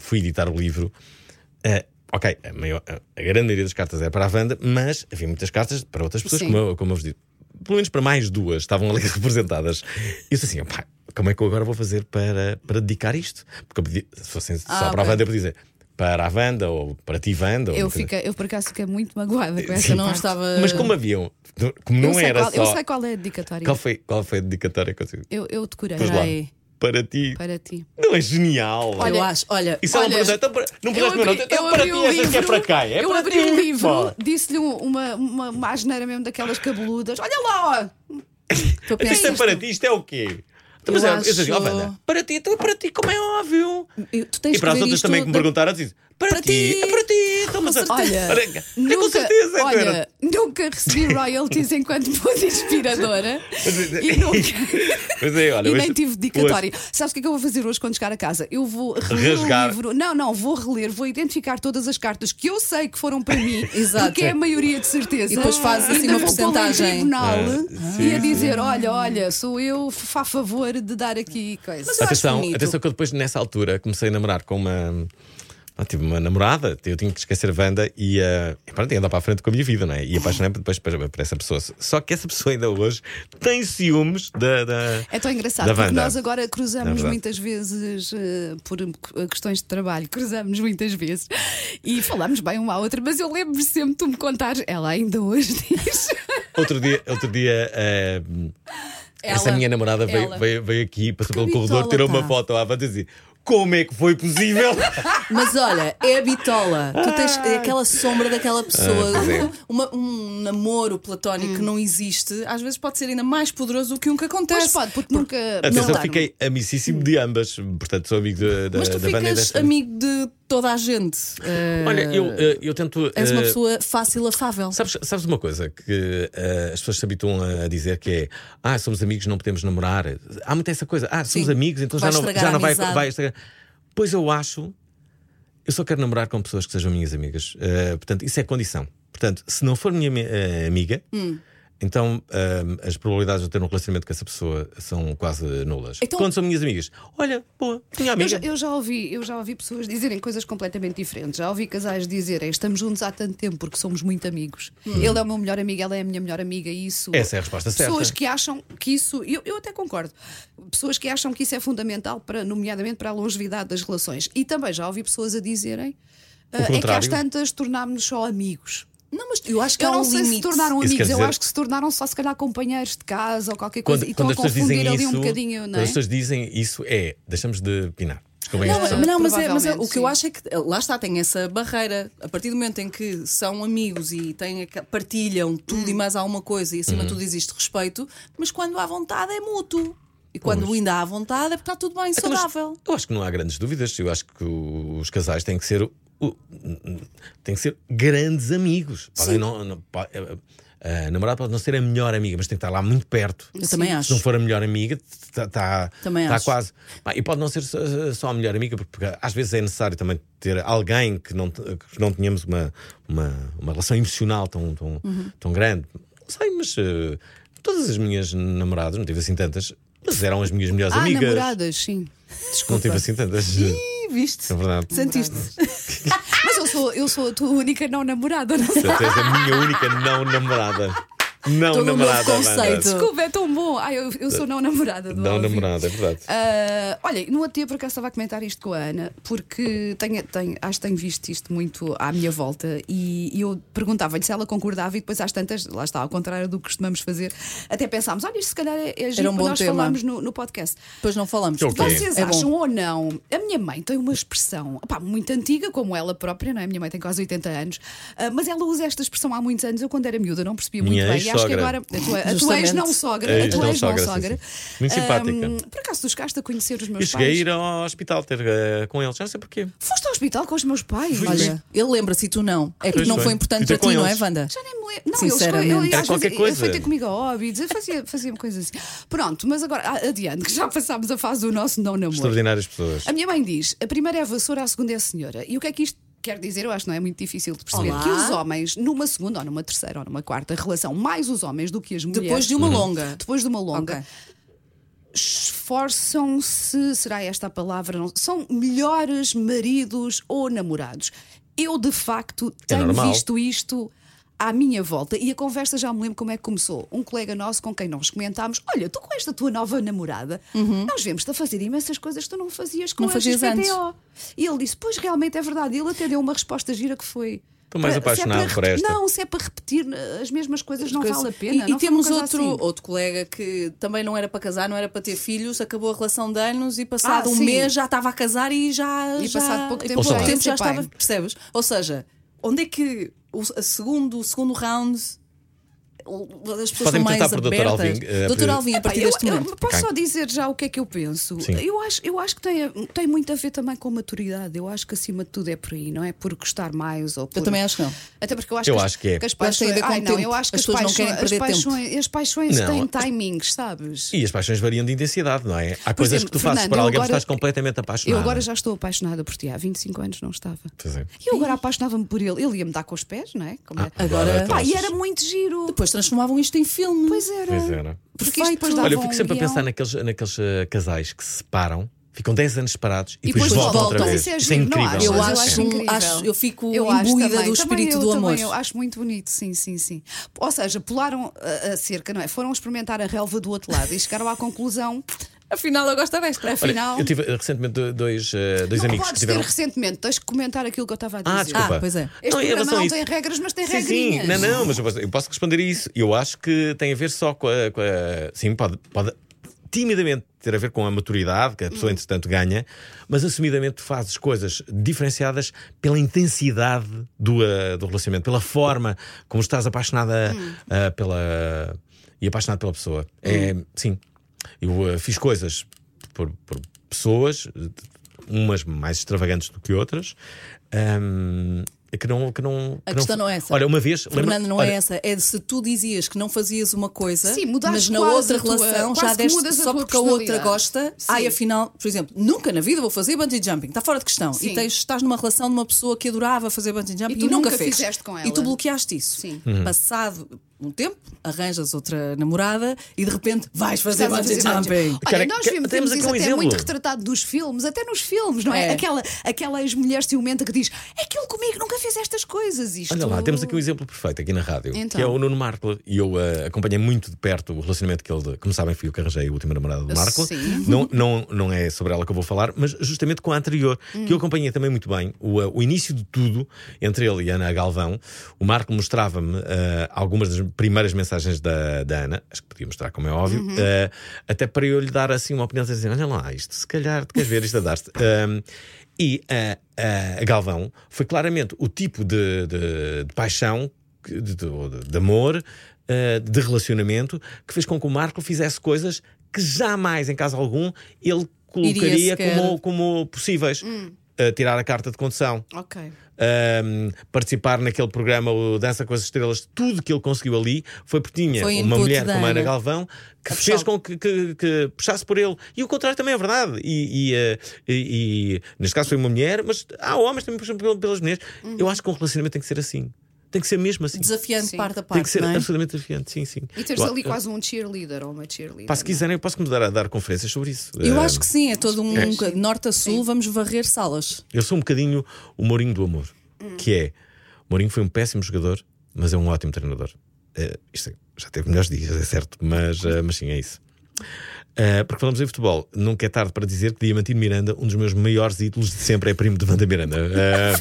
Speaker 2: fui editar o livro, ah, ok, a, maior- a- a grande maioria das cartas era para a Wanda, mas havia muitas cartas para outras pessoas,
Speaker 3: Sim.
Speaker 2: como eu, como eu vos digo. Pelo menos para mais duas estavam ali representadas. E eu disse assim: "Opá, como é que eu agora vou fazer para, para dedicar isto? Porque eu podia, se fosse só
Speaker 4: Ah,
Speaker 2: para a
Speaker 4: ok.
Speaker 2: Wanda, eu podia dizer para a Wanda ou para ti, Wanda. ou
Speaker 3: Eu,
Speaker 2: uma coisa- assim."
Speaker 3: fiquei, eu por acaso fiquei muito magoada com essa
Speaker 4: Eu não
Speaker 3: parte.
Speaker 4: estava.
Speaker 2: Mas como haviam, como
Speaker 3: Eu
Speaker 2: não
Speaker 3: sei
Speaker 2: era
Speaker 3: qual- Eu
Speaker 2: só.
Speaker 3: sei qual é a dedicatória.
Speaker 2: Qual foi, qual foi a dedicatória que eu tive?
Speaker 3: Eu, eu decorei
Speaker 2: Pois lá.
Speaker 4: Ai.
Speaker 2: Para ti.
Speaker 3: para ti.
Speaker 2: Não é genial.
Speaker 4: Eu
Speaker 3: Olha,
Speaker 4: acho, olha,
Speaker 2: Isso é um
Speaker 3: Olha,
Speaker 2: projeto. Então, para- não puseste meu nome. Então,
Speaker 3: eu
Speaker 2: para
Speaker 3: abri
Speaker 2: ti,
Speaker 3: o
Speaker 2: achas que é
Speaker 3: livro,
Speaker 2: para quem? É
Speaker 3: eu
Speaker 2: para
Speaker 3: abri
Speaker 2: ti,
Speaker 3: o livro,
Speaker 2: pá.
Speaker 3: disse-lhe um- uma, uma, uma asneira mesmo daquelas cabeludas. Olha lá, ó!
Speaker 4: tu
Speaker 2: Então, Isto é
Speaker 4: pensas-
Speaker 2: para ti, isto é o quê? Então, Mas
Speaker 4: Eu
Speaker 2: é, eu disse assim, ó,
Speaker 4: acho-
Speaker 2: Wanda, para ti, então é para ti, como é óbvio.
Speaker 4: Eu- tu tens
Speaker 2: e para as
Speaker 4: que ver
Speaker 2: outras
Speaker 4: isto
Speaker 2: também que me
Speaker 4: da-
Speaker 2: perguntaram, eu disse, para,
Speaker 4: Para
Speaker 2: ti,
Speaker 4: ti.
Speaker 2: é para ti. Então, mas
Speaker 4: certeza.
Speaker 2: Olha, é com certeza. então era-
Speaker 3: olha, nunca recebi royalties enquanto música inspiradora e, nunca-
Speaker 2: Pois é, olha,
Speaker 3: e
Speaker 2: é- mas-
Speaker 3: nem tive dedicatória. Sabes o que é que eu vou fazer hoje quando chegar a casa? Eu vou reler
Speaker 2: Rasgar.
Speaker 3: o livro. Não, não, vou reler, vou identificar todas as cartas que eu sei que foram para mim,
Speaker 4: Exato.
Speaker 3: porque é a maioria de certeza.
Speaker 4: E depois fazes assim
Speaker 3: Ainda
Speaker 4: uma
Speaker 3: vou pô-la em
Speaker 4: porcentagem.
Speaker 3: tribunal
Speaker 2: Ah,
Speaker 3: e
Speaker 2: sim,
Speaker 3: a dizer: olha, olha, sou eu, fa favor de dar aqui coisa.
Speaker 4: Mas eu acho
Speaker 2: Atenção,
Speaker 4: bonito.
Speaker 2: atenção que eu depois nessa altura comecei a namorar com uma pá, tive uma namorada, eu tinha que esquecer a Wanda e eh, pronto, ia andar para a frente com a minha vida, não é? E apaixonei-me depois para, para essa pessoa. Só que essa pessoa ainda hoje tem ciúmes da. da-
Speaker 3: É tão engraçado,
Speaker 2: Da
Speaker 3: porque
Speaker 2: Wanda.
Speaker 3: nós agora
Speaker 2: É
Speaker 3: cruzamos
Speaker 2: verdade.
Speaker 3: muitas vezes eh, por eh, questões de trabalho, cruzamos muitas vezes e falamos bem uma à outra, mas eu lembro sempre de tu me contares, ela ainda hoje diz.
Speaker 2: Outro dia, outro dia eh, essa
Speaker 4: Ela.
Speaker 2: minha namorada veio,
Speaker 4: Ela.
Speaker 2: veio, veio aqui, passou pelo
Speaker 4: bitola,
Speaker 2: corredor, tirou uma
Speaker 4: pá.
Speaker 2: foto à Wanda e dizia: Como é que foi possível?
Speaker 4: Mas olha, é a bitola. Tu tens aquela sombra daquela pessoa.
Speaker 2: Ah, pois é. Hum.
Speaker 4: Uma- um namoro platónico que não existe, às vezes pode ser ainda mais poderoso do que um que acontece.
Speaker 3: Pois pode, porque nunca.
Speaker 2: Atenção,
Speaker 3: não dá,
Speaker 2: fiquei amicíssimo de ambas, portanto sou amigo da, da,
Speaker 4: Mas tu
Speaker 2: da Wanda e
Speaker 4: ficas
Speaker 2: desta.
Speaker 4: amigo de toda a gente. Eh,
Speaker 2: Olha, eu, eh, eu tento.
Speaker 4: és uma
Speaker 2: eh,
Speaker 4: pessoa fácil, afável.
Speaker 2: Sabes, sabes uma coisa que eh, as pessoas se habituam a dizer que é Ah, somos amigos, não podemos namorar. Há muita essa coisa. Ah, somos
Speaker 4: Sim.
Speaker 2: amigos, então
Speaker 4: Vai
Speaker 2: já não,
Speaker 4: estragar
Speaker 2: já
Speaker 4: a
Speaker 2: não vai,
Speaker 4: amizade.
Speaker 2: vai estragar. Pois eu acho, eu só quero namorar com pessoas que sejam minhas amigas. Eh, portanto, isso é condição. Portanto, se não for minha ami- eh, amiga,
Speaker 3: Hum.
Speaker 2: então eh, as probabilidades de eu ter um relacionamento com essa pessoa são quase nulas.
Speaker 4: Então-
Speaker 2: Quando são minhas amigas, olha, boa, minha
Speaker 3: Eu
Speaker 2: amiga.
Speaker 3: já, eu já ouvi, eu já ouvi pessoas dizerem coisas completamente diferentes. Já ouvi casais dizerem estamos juntos há tanto tempo porque somos muito amigos. Ele é o meu melhor amigo, ela é a minha melhor amiga e isso.
Speaker 2: Hum. Essa é a resposta certa.
Speaker 3: Pessoas que acham que isso, eu, eu até concordo. Pessoas que acham que isso é fundamental para, nomeadamente, para a longevidade das relações. E também já ouvi pessoas a dizerem ah, é que às
Speaker 2: contrário.
Speaker 3: tantas tornámos-nos só amigos.
Speaker 4: Não, mas eu acho que
Speaker 3: Eu
Speaker 4: há
Speaker 3: não
Speaker 4: um
Speaker 3: sei
Speaker 4: limite.
Speaker 3: se tornaram
Speaker 2: Isso quer
Speaker 3: amigos, eu
Speaker 2: dizer-
Speaker 3: acho que se tornaram só se calhar companheiros de casa ou qualquer coisa
Speaker 2: Quando,
Speaker 3: e estão
Speaker 2: quando
Speaker 3: a
Speaker 2: as pessoas
Speaker 3: confundir
Speaker 2: dizem
Speaker 3: ali
Speaker 2: isso,
Speaker 3: um bocadinho, não
Speaker 2: quando
Speaker 3: é?
Speaker 2: as pessoas dizem isso, é deixamos de pinar. Desculpem a
Speaker 4: Não,
Speaker 2: expressão.
Speaker 4: mas- não, mas, é, mas é- o
Speaker 3: Provavelmente,
Speaker 4: que eu
Speaker 3: sim.
Speaker 4: acho é que eh, lá está, tem essa barreira. A partir do momento em que são amigos e têm, aqua- partilham tudo
Speaker 2: Hum.
Speaker 4: e mais alguma coisa, e acima de tudo existe respeito, mas quando há vontade é mútuo. E quando ainda há vontade é porque está tudo bem,
Speaker 2: Então, mas
Speaker 4: saudável.
Speaker 2: Eu acho que não há grandes dúvidas. Eu acho que o- os casais têm que ser o- o- têm que ser grandes amigos. Podem não, não- po- eh, a, a namorada pode não ser a melhor amiga, mas tem que estar lá muito perto.
Speaker 4: Eu também
Speaker 2: Se não
Speaker 4: acho.
Speaker 2: for a melhor amiga, está tá,
Speaker 4: Também
Speaker 2: tá
Speaker 4: acho.
Speaker 2: quase. Pá, E pode não ser só- só a melhor amiga, porque porque às vezes é necessário também ter alguém que não, te- que não tenhamos uma, uma, uma relação emocional tão, tão,
Speaker 4: Uhum.
Speaker 2: tão grande. Não sei, mas eh, todas as minhas namoradas, não tive assim tantas, mas eram as minhas melhores
Speaker 3: Ah,
Speaker 2: amigas.
Speaker 3: namoradas, sim.
Speaker 2: Não tive assim tantas.
Speaker 4: Sim, viste.
Speaker 2: É verdade.
Speaker 4: Sentiste.
Speaker 3: Mas eu sou, eu sou a tua única não namorada, não sei.
Speaker 2: Tu és a minha única não namorada. Não
Speaker 4: Todo um novo
Speaker 2: namorada.
Speaker 4: conceito.
Speaker 2: Wanda.
Speaker 3: Desculpa, é tão bom. Ai, eu, eu
Speaker 4: É.
Speaker 3: sou não namorada. do
Speaker 2: Não
Speaker 3: Alvin.
Speaker 2: namorada, é verdade.
Speaker 3: Ah, olha, no outro dia por acaso estava a comentar isto com a Ana, porque tenho, tenho- acho que tenho visto isto muito à minha volta e, e eu perguntava-lhe se ela concordava e depois às tantas, lá está, ao contrário do que costumamos fazer, até pensámos: olha, isto se calhar é, é giro
Speaker 4: um
Speaker 3: para
Speaker 4: bom
Speaker 3: nós
Speaker 4: tema.
Speaker 3: falarmos no, no podcast.
Speaker 4: Depois não falamos.
Speaker 2: Ok.
Speaker 4: Vocês
Speaker 3: Vocês
Speaker 4: é bom.
Speaker 3: acham ou não? A minha mãe tem uma expressão opá, muito antiga, como ela própria, não é? A minha mãe tem quase 80 anos, ah, mas ela usa esta expressão há muitos anos. Eu, quando era miúda, não percebia
Speaker 2: Minha
Speaker 3: muito bem. E acho que
Speaker 2: ex-sogra.
Speaker 3: agora a tua, a tua
Speaker 4: Justamente.
Speaker 3: ex-não-sogra, a tua
Speaker 2: Ex-não-sogra, sim,
Speaker 3: ex-não-sogra.
Speaker 2: sim. Muito simpática.
Speaker 3: Ah, por acaso tu chegaste a conhecer os
Speaker 2: Eu
Speaker 3: meus
Speaker 2: cheguei a
Speaker 3: pais?
Speaker 2: ir ao hospital ter eh, com eles, já não sei porquê.
Speaker 3: Foste ao hospital com os meus pais?
Speaker 2: Fui.
Speaker 4: Olha, ele lembra-se e tu não. É que
Speaker 2: Pois
Speaker 4: não
Speaker 2: foi.
Speaker 4: foi importante
Speaker 2: E tu
Speaker 4: para
Speaker 2: com
Speaker 4: ti, não é,
Speaker 2: eles?
Speaker 4: Wanda?
Speaker 3: Já nem me lembro. Não,
Speaker 4: Sinceramente.
Speaker 3: eu, escolhi- eu,
Speaker 2: Era
Speaker 3: às
Speaker 2: qualquer
Speaker 3: vezes,
Speaker 2: coisa.
Speaker 3: Eu fui ter comigo a óbidos, eu fazia, fazia coisas assim. Pronto, mas agora a- adiante, que já passámos a fase do nosso não namoro.
Speaker 2: Extraordinárias pessoas.
Speaker 3: A minha mãe diz: a primeira é a vassoura, a segunda é a senhora. E o que é que isto quer dizer? Eu acho que não é muito difícil de perceber.
Speaker 4: Olá.
Speaker 3: Que os homens, numa segunda, ou numa terceira, ou numa quarta relação, mais os homens do que as mulheres.
Speaker 4: Depois de uma
Speaker 2: Uhum.
Speaker 4: longa.
Speaker 3: Depois de uma longa,
Speaker 4: Ok.
Speaker 3: esforçam-se, será esta a palavra? Não- são melhores maridos ou namorados. Eu, de facto, tenho
Speaker 2: É normal.
Speaker 3: visto isto à minha volta e a conversa já me lembro como é que começou. Um colega nosso com quem nós comentámos: Olha, tu com esta tua nova namorada, nós vemos-te a fazer imensas coisas que tu Uhum. não fazias com
Speaker 4: Não
Speaker 3: a
Speaker 4: fazias antes."
Speaker 3: XPTO. E ele disse: Pois realmente é verdade. E ele até deu uma resposta gira que foi.
Speaker 2: Estou mais
Speaker 3: "Para- se é para
Speaker 2: apaixonado por
Speaker 3: repetir-
Speaker 2: esta."
Speaker 3: Não, se é para repetir eh, as mesmas coisas, não
Speaker 4: Coisa-
Speaker 3: vale a pena.
Speaker 4: E, e
Speaker 3: não foi uma
Speaker 4: temos
Speaker 3: coisa
Speaker 4: outro,
Speaker 3: assim.
Speaker 4: outro colega que também não era para casar, não era para ter filhos, acabou a relação de anos e passado
Speaker 3: Ah,
Speaker 4: um
Speaker 3: sim.
Speaker 4: mês já estava a casar e já.
Speaker 3: E
Speaker 4: já-
Speaker 3: passado pouco
Speaker 4: e
Speaker 3: tempo
Speaker 2: já ia
Speaker 4: já
Speaker 3: ser pai.
Speaker 4: estava. Percebes? Ou seja, onde é que o a segundo, o segundo round. As pessoas
Speaker 2: Podem
Speaker 4: estão mais
Speaker 2: tratar por Dr.
Speaker 4: abertas.
Speaker 2: Alvin, eh,
Speaker 4: Doutor Alvin, a
Speaker 3: Epá,
Speaker 4: partir
Speaker 3: eu-
Speaker 4: deste
Speaker 3: eu,
Speaker 4: momento.
Speaker 3: posso
Speaker 2: Ok.
Speaker 3: só dizer já o que é que eu penso?
Speaker 2: Sim.
Speaker 3: Eu acho, eu acho que tem, tem muito a ver também com maturidade. Eu acho que acima de tudo é por aí, não é por gostar mais ou por...
Speaker 4: também acho que não.
Speaker 3: Até porque eu acho
Speaker 2: Eu
Speaker 3: que, as-
Speaker 2: acho que é.
Speaker 3: as
Speaker 4: Eu acho que tem a
Speaker 3: paixões.
Speaker 4: ver com
Speaker 3: Ai,
Speaker 4: o
Speaker 3: não,
Speaker 4: tempo.
Speaker 3: eu acho que
Speaker 4: As
Speaker 3: as,
Speaker 4: pessoas não
Speaker 3: paixões,
Speaker 4: querem perder
Speaker 3: as
Speaker 4: tempo.
Speaker 3: paixões, as paixões
Speaker 2: Não,
Speaker 3: têm
Speaker 2: as-
Speaker 3: timings, sabes?
Speaker 2: E as paixões variam de intensidade, não é? Há coisas
Speaker 3: exemplo,
Speaker 2: que tu fazes
Speaker 3: Fernando,
Speaker 2: para
Speaker 3: eu
Speaker 2: alguém que
Speaker 3: agora-
Speaker 2: estás completamente apaixonado.
Speaker 3: Eu agora já estou apaixonada por ti. Há 25 anos não estava.
Speaker 2: Pois é.
Speaker 3: E eu agora apaixonava-me por ele. Ele ia-me dar com os pés, não é? Como é?
Speaker 4: Agora.
Speaker 3: Pá,
Speaker 2: então,
Speaker 3: e era muito giro.
Speaker 4: Depois transformavam isto em filme.
Speaker 3: Pois é. era.
Speaker 2: é. Pois era.
Speaker 3: Porque isto depois
Speaker 4: Olha,
Speaker 3: dava
Speaker 2: Olha, eu
Speaker 3: um
Speaker 2: fico sempre a
Speaker 3: guião.
Speaker 2: pensar naqueles, naqueles eh, casais que se separam, ficam 10 anos separados e,
Speaker 3: E depois
Speaker 2: voltam
Speaker 3: voltam.
Speaker 2: outra
Speaker 3: Mas
Speaker 2: vez.
Speaker 3: isso é
Speaker 2: Isso é
Speaker 3: giro, não
Speaker 2: incrível.
Speaker 3: achas?
Speaker 4: Eu
Speaker 2: não é?
Speaker 3: Mas
Speaker 4: acho-
Speaker 2: Sim.
Speaker 3: incrível.
Speaker 4: acho- eu fico
Speaker 3: acho também.
Speaker 4: imbuída do
Speaker 3: Também
Speaker 4: espírito
Speaker 3: eu,
Speaker 4: do
Speaker 3: também
Speaker 4: amor.
Speaker 3: Eu acho muito bonito, sim, sim, sim. Ou seja, pularam a, a cerca, não é? Foram experimentar a relva do outro lado e chegaram à conclusão.
Speaker 4: Afinal, eu gosto desta.
Speaker 2: Olha,
Speaker 3: Afinal,
Speaker 2: eu tive eh, recentemente do- dois, eh, dois
Speaker 3: não
Speaker 2: amigos que
Speaker 3: podes
Speaker 2: tiveram.
Speaker 3: ter recentemente, tens que comentar aquilo que eu estava a dizer.
Speaker 2: Ah, desculpa.
Speaker 4: Ah, pois é.
Speaker 3: Este
Speaker 2: Não, em
Speaker 3: programa
Speaker 2: relação a
Speaker 3: não
Speaker 2: isso-
Speaker 3: tem regras, mas tem
Speaker 2: Sim, sim,
Speaker 3: regrinhas.
Speaker 2: não, não, mas eu posso, eu posso responder a isso. Eu acho que tem a ver só com a. com a- sim, pode, pode timidamente ter a ver com a maturidade que a
Speaker 4: Uhum.
Speaker 2: pessoa, entretanto, ganha, mas assumidamente fazes coisas diferenciadas pela intensidade do, ah, do relacionamento, pela forma como estás apaixonada
Speaker 4: Hum.
Speaker 2: ah, pela. e apaixonado pela pessoa. É,
Speaker 4: Hum.
Speaker 2: sim, eu ah, fiz coisas por, por pessoas, umas mais extravagantes do que outras. ahm, que não, que não, que
Speaker 4: questão não é essa.
Speaker 2: Olha, Então, uma vez. lembra-
Speaker 4: Fernando, não
Speaker 2: olha,
Speaker 4: é essa. É de se tu dizias que não fazias uma coisa,
Speaker 3: Sim, mudaste
Speaker 4: mas na
Speaker 3: quase
Speaker 4: outra
Speaker 3: a tua-
Speaker 4: relação
Speaker 3: quase
Speaker 4: já
Speaker 3: que
Speaker 4: deste
Speaker 3: mudas a
Speaker 4: só
Speaker 3: tua
Speaker 4: porque a outra
Speaker 3: personalidade.
Speaker 4: gosta.
Speaker 3: Sim.
Speaker 4: Ai, afinal, por exemplo, nunca na vida vou fazer bungee jumping. Está fora de questão. E
Speaker 3: Sim.
Speaker 4: tens- estás numa relação de uma pessoa que adorava fazer bungee
Speaker 3: E
Speaker 4: jumping e,
Speaker 3: tu
Speaker 4: nunca
Speaker 3: nunca
Speaker 4: fez.
Speaker 3: fizeste com
Speaker 4: E tu
Speaker 3: ela.
Speaker 4: bloqueaste isso. Uhum.
Speaker 3: Sim.
Speaker 2: Uhum.
Speaker 4: Passado um tempo, arranjas outra namorada e de repente vais fazer
Speaker 3: Estás a
Speaker 4: bungee
Speaker 3: fazer
Speaker 4: jumping.
Speaker 3: bungee.
Speaker 2: Cara,
Speaker 3: Olha, nós
Speaker 2: Ah, que-
Speaker 3: vimos,
Speaker 2: temos
Speaker 3: temos
Speaker 2: aqui
Speaker 3: isso
Speaker 2: um
Speaker 3: até é
Speaker 2: exemplo.
Speaker 3: muito retratado dos filmes, até nos filmes, não é?
Speaker 4: É.
Speaker 3: Aquela, aquela ex-mulher ciumenta que diz: aquilo comigo nunca fez estas coisas. Isto...
Speaker 2: Olha lá, temos aqui um exemplo perfeito aqui na rádio,
Speaker 3: Então.
Speaker 2: que é o Nuno Marco. E eu ah, acompanhei muito de perto o relacionamento que ele, de- como sabem, fui eu que arranjei a última namorada do Marco.
Speaker 3: Sim.
Speaker 2: Não, não, não é sobre ela que eu vou falar, mas justamente com a anterior, que eu acompanhei também muito bem. O, ah, o início de tudo entre ele e a Ana Galvão. O Marco mostrava-me ah, algumas das primeiras mensagens da, da Ana, acho que podia mostrar, como é óbvio, ah, até para eu lhe dar assim uma opinião, dizer: olha lá, isto se calhar, tu queres ver isto a dar-te. Ah, e ah, ah, a Galvão foi claramente o tipo de, de- de paixão, que- de, de- de amor, ah, de relacionamento, que fez com que o Marco fizesse coisas que jamais, em caso algum, ele colocaria
Speaker 4: sequer. Hum.
Speaker 2: como, como possíveis. Ah, tirar a carta de condução,
Speaker 3: Ok.
Speaker 2: ahm, participar naquele programa o Dança com as Estrelas, tudo que ele conseguiu ali foi porque tinha
Speaker 4: Foi
Speaker 2: uma
Speaker 4: input
Speaker 2: mulher
Speaker 4: da
Speaker 2: como a Ana
Speaker 4: Ana.
Speaker 2: Galvão que
Speaker 4: A
Speaker 2: fez
Speaker 4: puxá-lo.
Speaker 2: com que, que- que puxasse por ele. E o contrário também é verdade. E, e, eh, e- e, neste caso foi uma mulher, mas há homens também puxam pel- pelas mulheres. Eu acho que um relacionamento tem que ser assim. Tem que ser mesmo assim.
Speaker 4: Uhum. Desafiante
Speaker 3: Sim.
Speaker 4: parte a parte.
Speaker 2: Tem que ser
Speaker 4: não é?
Speaker 2: absolutamente desafiante, sim, sim.
Speaker 3: E teres
Speaker 2: Bom,
Speaker 3: ali quase um cheerleader ou uma cheerleader.
Speaker 2: Pá, se
Speaker 3: não é?
Speaker 2: quiserem, eu posso começar a dar conferências sobre isso.
Speaker 4: Eu
Speaker 2: Eh,
Speaker 4: acho que sim, é todo um
Speaker 2: É.
Speaker 4: ca- norte a sul, vamos varrer salas.
Speaker 2: Eu sou um bocadinho o Mourinho do amor, que é o Mourinho foi um péssimo jogador, mas é um ótimo treinador. Eh, isto é- já teve melhores dias, é certo, mas, eh, mas sim, é isso. Eh, porque falamos em futebol, nunca é tarde para dizer que Diamantino Miranda, um dos meus maiores ídolos de sempre, é primo de Wanda Miranda. Eh,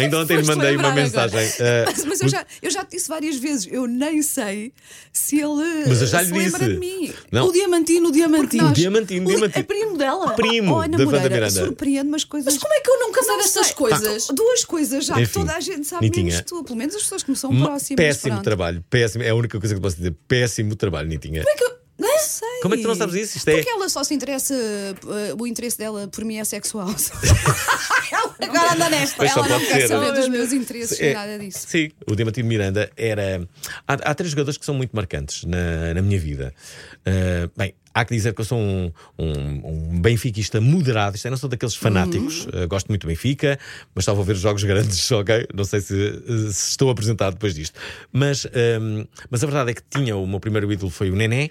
Speaker 2: ainda ontem lhe
Speaker 3: Foste
Speaker 2: mandei uma
Speaker 3: lembrar agora.
Speaker 2: mensagem. eh,
Speaker 3: Mas, mas eu, já, eu já te disse várias vezes, eu nem sei se ele
Speaker 2: Mas eu já
Speaker 3: se
Speaker 2: lhe
Speaker 3: lembra
Speaker 2: disse.
Speaker 3: de mim.
Speaker 2: Não.
Speaker 4: O diamantino, o diamantino.
Speaker 2: nós- Diamantino,
Speaker 3: o li-
Speaker 2: Diamantino.
Speaker 3: É primo dela.
Speaker 2: Primo
Speaker 3: oh, Ana
Speaker 2: da Wanda
Speaker 3: Moreira,
Speaker 2: Miranda.
Speaker 3: Surpreende, mas coisas.
Speaker 4: Mas como é que eu nunca sei
Speaker 3: Não
Speaker 4: destas
Speaker 3: sei.
Speaker 4: coisas?
Speaker 3: Duas coisas já
Speaker 2: Enfim,
Speaker 3: que toda a gente sabe,
Speaker 2: Nitinha.
Speaker 3: menos tu. Pelo menos as pessoas que me são
Speaker 2: ma-
Speaker 3: próximas.
Speaker 2: péssimo
Speaker 3: Um pronto.
Speaker 2: trabalho, péssimo. É a única coisa que posso dizer. Péssimo trabalho, Nitinha.
Speaker 4: Como é que eu- Não sei.
Speaker 2: Como é que tu não sabes isso? Isto é.
Speaker 3: Porque ela só se interessa, eh, o interesse dela por mim é sexual.
Speaker 4: Ela
Speaker 2: Tá.
Speaker 4: agora anda nesta.
Speaker 2: Pois só
Speaker 4: Ela não
Speaker 2: pode
Speaker 4: quer
Speaker 2: ser.
Speaker 3: Saber
Speaker 4: saber
Speaker 3: dos
Speaker 4: dos
Speaker 3: meus interesses,
Speaker 2: É,
Speaker 3: nem nada disso.
Speaker 2: Sim, o Diamantino Miranda era. Há, há três jogadores que são muito marcantes na, na minha vida. Ah, bem, há que dizer que eu sou um, um, um benfiquista moderado, isto é, não sou daqueles fanáticos. Ah, gosto muito do Benfica, mas estava a ver os jogos grandes, ok? Não sei se, se estou apresentado depois disto. Mas, ah, mas a verdade é que tinha o meu primeiro ídolo foi o Nené.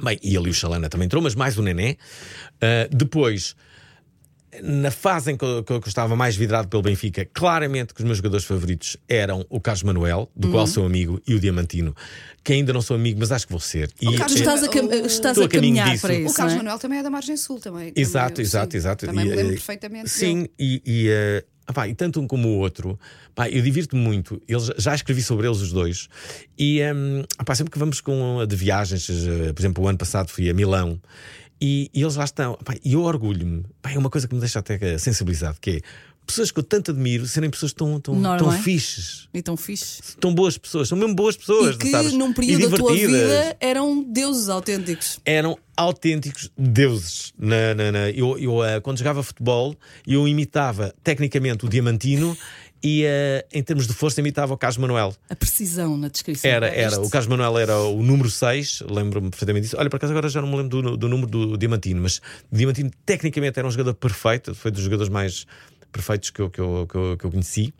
Speaker 2: Bem, e ali o Xalana também entrou, mas mais o Nené. Ah, depois, na fase em que eu, que eu estava mais vidrado pelo Benfica, claramente que os meus jogadores favoritos eram o Carlos Manuel, do qual sou amigo, e o Diamantino, que ainda não sou amigo, mas acho que vou ser. E, é-
Speaker 3: Carlos
Speaker 4: Tu estás a, cam-
Speaker 3: Estou
Speaker 4: estás
Speaker 2: a
Speaker 4: a caminhar
Speaker 2: caminho
Speaker 4: para
Speaker 2: disso.
Speaker 4: isso.
Speaker 3: O Carlos
Speaker 4: não é?
Speaker 3: Manuel também é da Margem Sul, também.
Speaker 2: Exato,
Speaker 3: também,
Speaker 2: exato,
Speaker 3: sim.
Speaker 2: exato.
Speaker 3: Também
Speaker 2: E,
Speaker 3: me lembro
Speaker 2: eh,
Speaker 3: perfeitamente.
Speaker 2: Sim,
Speaker 3: dele.
Speaker 2: e, e, eh, opá, e tanto um como o outro, pá, eu divirto-me muito. Eles, já escrevi sobre eles os dois. E hum, opá, sempre que vamos com a de viagens, eh, por exemplo, o ano passado fui a Milão. E, e eles lá estão. Opá, E eu orgulho-me. Pá, É uma coisa que me deixa até eh, sensibilizado, que é pessoas que eu tanto admiro serem pessoas tão, tão,
Speaker 4: Não,
Speaker 2: tão
Speaker 4: não é?
Speaker 2: fixes,
Speaker 4: E tão fixe.
Speaker 2: tão boas pessoas, são mesmo boas pessoas,
Speaker 4: e que
Speaker 2: sabes?
Speaker 4: num
Speaker 2: E
Speaker 4: período da tua
Speaker 2: divertidas
Speaker 4: vida eram deuses autênticos.
Speaker 2: eram autênticos deuses. Na, na- na- Eu, eu, eh, quando jogava futebol, eu imitava tecnicamente o Diamantino e, eh, em termos de força, imitava o Carlos Manuel.
Speaker 4: A precisão na descrição.
Speaker 2: Era,
Speaker 4: Este-
Speaker 2: era, o Carlos Manuel era o número 6, lembro-me perfeitamente disso. Olha, por acaso agora já não me lembro do, do número do Diamantino, mas o Diamantino tecnicamente era um jogador perfeito, foi dos jogadores mais perfeitos que eu, que eu, que eu, que eu conheci.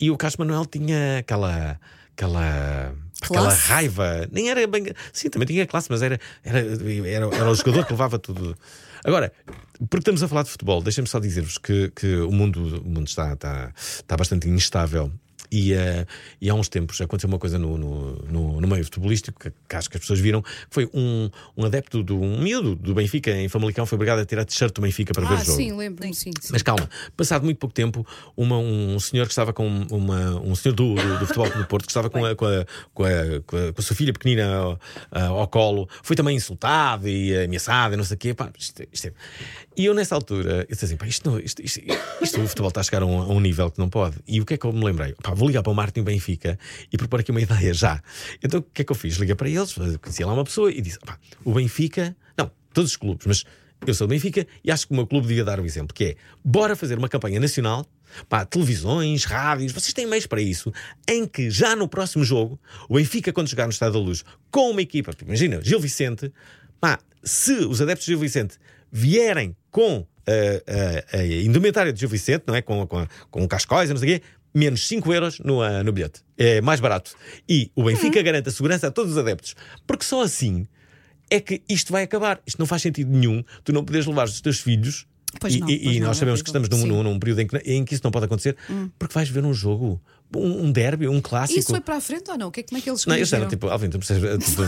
Speaker 2: E o Carlos Manuel tinha aquela. Aquela, aquela
Speaker 4: Classe?
Speaker 2: raiva, nem era bem. Sim, também tinha classe, mas era, era, era, era o jogador que levava tudo. Agora, porque estamos a falar de futebol, deixem-me só dizer-vos que, que o mundo, o mundo está, está, está bastante instável. E, eh, e há uns tempos aconteceu uma coisa no, no, no- no meio futebolístico que, que acho que as pessoas viram: que foi um, um adepto do um miúdo do Benfica em Famalicão foi obrigado a tirar a t-shirt do Benfica para ver
Speaker 3: Ah,
Speaker 2: o jogo.
Speaker 3: sim, lembro-me, sim. sim.
Speaker 2: é Mas calma, passado muito pouco tempo, uma- um senhor que estava com uma, um senhor do, do, do Futebol Clube do Porto que estava com a, com a, com a- com a- com a sua filha pequenina ao, ah, ao colo, foi também insultado e ameaçado e não sei o quê. Pá, isto- isto é- E eu nessa altura eu disse assim: pá, isto, não- isto, isto- isto- o futebol está a chegar a um, a um nível que não pode. E o que é que eu me lembrei? Pá, vou ligar para o Martin Benfica e propor aqui uma ideia já. Então o que é que eu fiz? Liguei para eles, conheci lá uma pessoa e disse: pá, o Benfica. Não, todos os clubes, mas eu sou do Benfica e acho que o meu clube devia dar o exemplo, que é bora fazer uma campanha nacional, pá, televisões, rádios, vocês têm meios para isso, em que já no próximo jogo, o Benfica, quando chegar no Estádio da Luz, com uma equipa, tipo, imagina, Gil Vicente, pá, se os adeptos de Gil Vicente vierem com eh, eh, a, indumentária de Gil Vicente, não é? Com, com, com cascóis e não sei o quê, menos 5 euros no, ah, no bilhete. É mais barato. E o Benfica garante a segurança a todos os adeptos, porque só assim é que isto vai acabar. Isto não faz sentido nenhum. Tu não podes levar os teus filhos.
Speaker 3: Pois
Speaker 2: e
Speaker 3: não,
Speaker 2: e-
Speaker 3: pois
Speaker 2: e
Speaker 3: não,
Speaker 2: nós
Speaker 3: é
Speaker 2: sabemos que
Speaker 3: horrível.
Speaker 2: estamos num,
Speaker 3: Sim.
Speaker 2: num- num período em que, em que isso não pode acontecer, porque vais ver um jogo, um, um derby, um clássico.
Speaker 3: Isso foi para a frente ou não? O que é, como é que eles
Speaker 2: Não, eu era
Speaker 3: reagiram?
Speaker 2: tipo, Alvin, tu, precisas- tu- tu-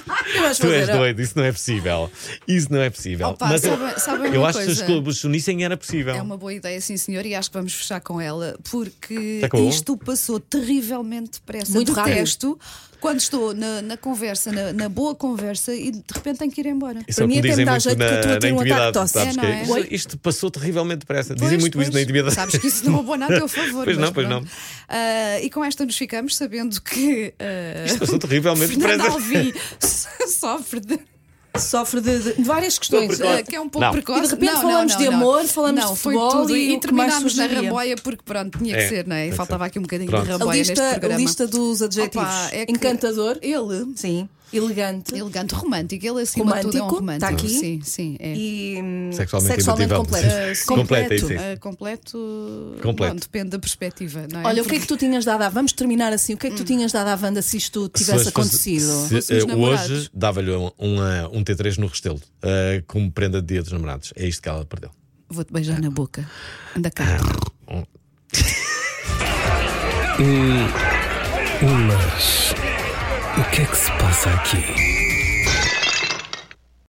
Speaker 2: tu-
Speaker 4: O que vais
Speaker 2: tu és
Speaker 4: fazer?
Speaker 2: doido, isso não é possível. Isso não é possível.
Speaker 3: Opa,
Speaker 2: Mas eu-
Speaker 3: sabe- sabe
Speaker 2: eu
Speaker 3: uma
Speaker 2: acho que se os
Speaker 3: coisa?
Speaker 2: clubes se unissem era possível.
Speaker 3: É uma boa ideia, sim, senhor, e acho que vamos fechar com ela, porque
Speaker 2: Tá com?
Speaker 3: isto passou terrivelmente depressa.
Speaker 4: Muito rápido.
Speaker 3: Detesto quando estou na, na conversa, na, na boa conversa, e de repente tenho que ir embora.
Speaker 2: Isso é o
Speaker 4: Para
Speaker 2: que
Speaker 4: mim
Speaker 2: me
Speaker 4: até
Speaker 2: dizem
Speaker 4: me dá
Speaker 2: muito
Speaker 4: jeito que
Speaker 2: na,
Speaker 4: eu estou a
Speaker 2: na
Speaker 4: ter um ataque de
Speaker 2: intimidade,
Speaker 4: tosse.
Speaker 2: sabes
Speaker 3: É,
Speaker 2: que
Speaker 3: não é?
Speaker 2: isto, isto passou terrivelmente depressa. Dizem
Speaker 3: Pois,
Speaker 2: muito
Speaker 3: pois.
Speaker 2: isso na intimidade.
Speaker 3: Sabes que isso não abona nada a teu é favor.
Speaker 2: Pois
Speaker 3: mas
Speaker 2: não, pois
Speaker 3: pronto.
Speaker 2: não.
Speaker 3: Ah, e com esta nos ficamos sabendo que ah,
Speaker 2: Isto passou terrivelmente
Speaker 3: Fernando
Speaker 2: depressa.
Speaker 3: Alvim sofre de.
Speaker 4: Sofre de, de várias questões. Eh,
Speaker 2: Sobre-
Speaker 3: Ah, que é um pouco
Speaker 2: Não.
Speaker 3: precoce.
Speaker 4: E de repente
Speaker 3: Não,
Speaker 4: falamos
Speaker 3: não,
Speaker 4: de
Speaker 3: não.
Speaker 4: amor, falamos
Speaker 3: não,
Speaker 4: de
Speaker 3: foi
Speaker 4: futebol
Speaker 3: tudo.
Speaker 4: e
Speaker 3: E,
Speaker 4: o que mais
Speaker 3: terminámos na
Speaker 4: surgia.
Speaker 3: ramboia porque, pronto, tinha que
Speaker 2: É,
Speaker 3: ser, não é?
Speaker 2: tem que
Speaker 3: Faltava
Speaker 2: ser.
Speaker 3: aqui um bocadinho
Speaker 2: Pronto.
Speaker 3: de
Speaker 4: A
Speaker 3: ramboia neste
Speaker 4: lista, a
Speaker 3: programa.
Speaker 4: lista dos adjetivos.
Speaker 3: Opa, é que
Speaker 4: Encantador.
Speaker 3: Ele
Speaker 4: Sim. elegante
Speaker 3: Elegante, romântico. Ele acima de tudo é um
Speaker 4: Romântico,
Speaker 3: romântico.
Speaker 4: tá aqui.
Speaker 3: Sim, sim. É.
Speaker 4: e hum,
Speaker 2: Sexualmente imbatível.
Speaker 4: completo.
Speaker 2: Sim. Completo, é isso, é isso.
Speaker 3: Ah, completo.
Speaker 2: Completo.
Speaker 3: Bom, depende da perspectiva. Não é?
Speaker 4: Olha, o que é que tu tinhas dado à Vamos terminar assim. O que é que
Speaker 3: Hum.
Speaker 4: tu tinhas dado à Wanda se isto tivesse
Speaker 2: Se fosse-
Speaker 4: acontecido?
Speaker 2: se,
Speaker 3: Fôssemos
Speaker 2: eh,
Speaker 3: namorados.
Speaker 2: hoje dava-lhe um, um, eh, um T3 no Restelo, eh, como prenda de dia dos namorados. É isto que ela perdeu.
Speaker 3: Vou-te beijar na boca. Anda cá.
Speaker 1: Ulas. O que é que se passa aqui?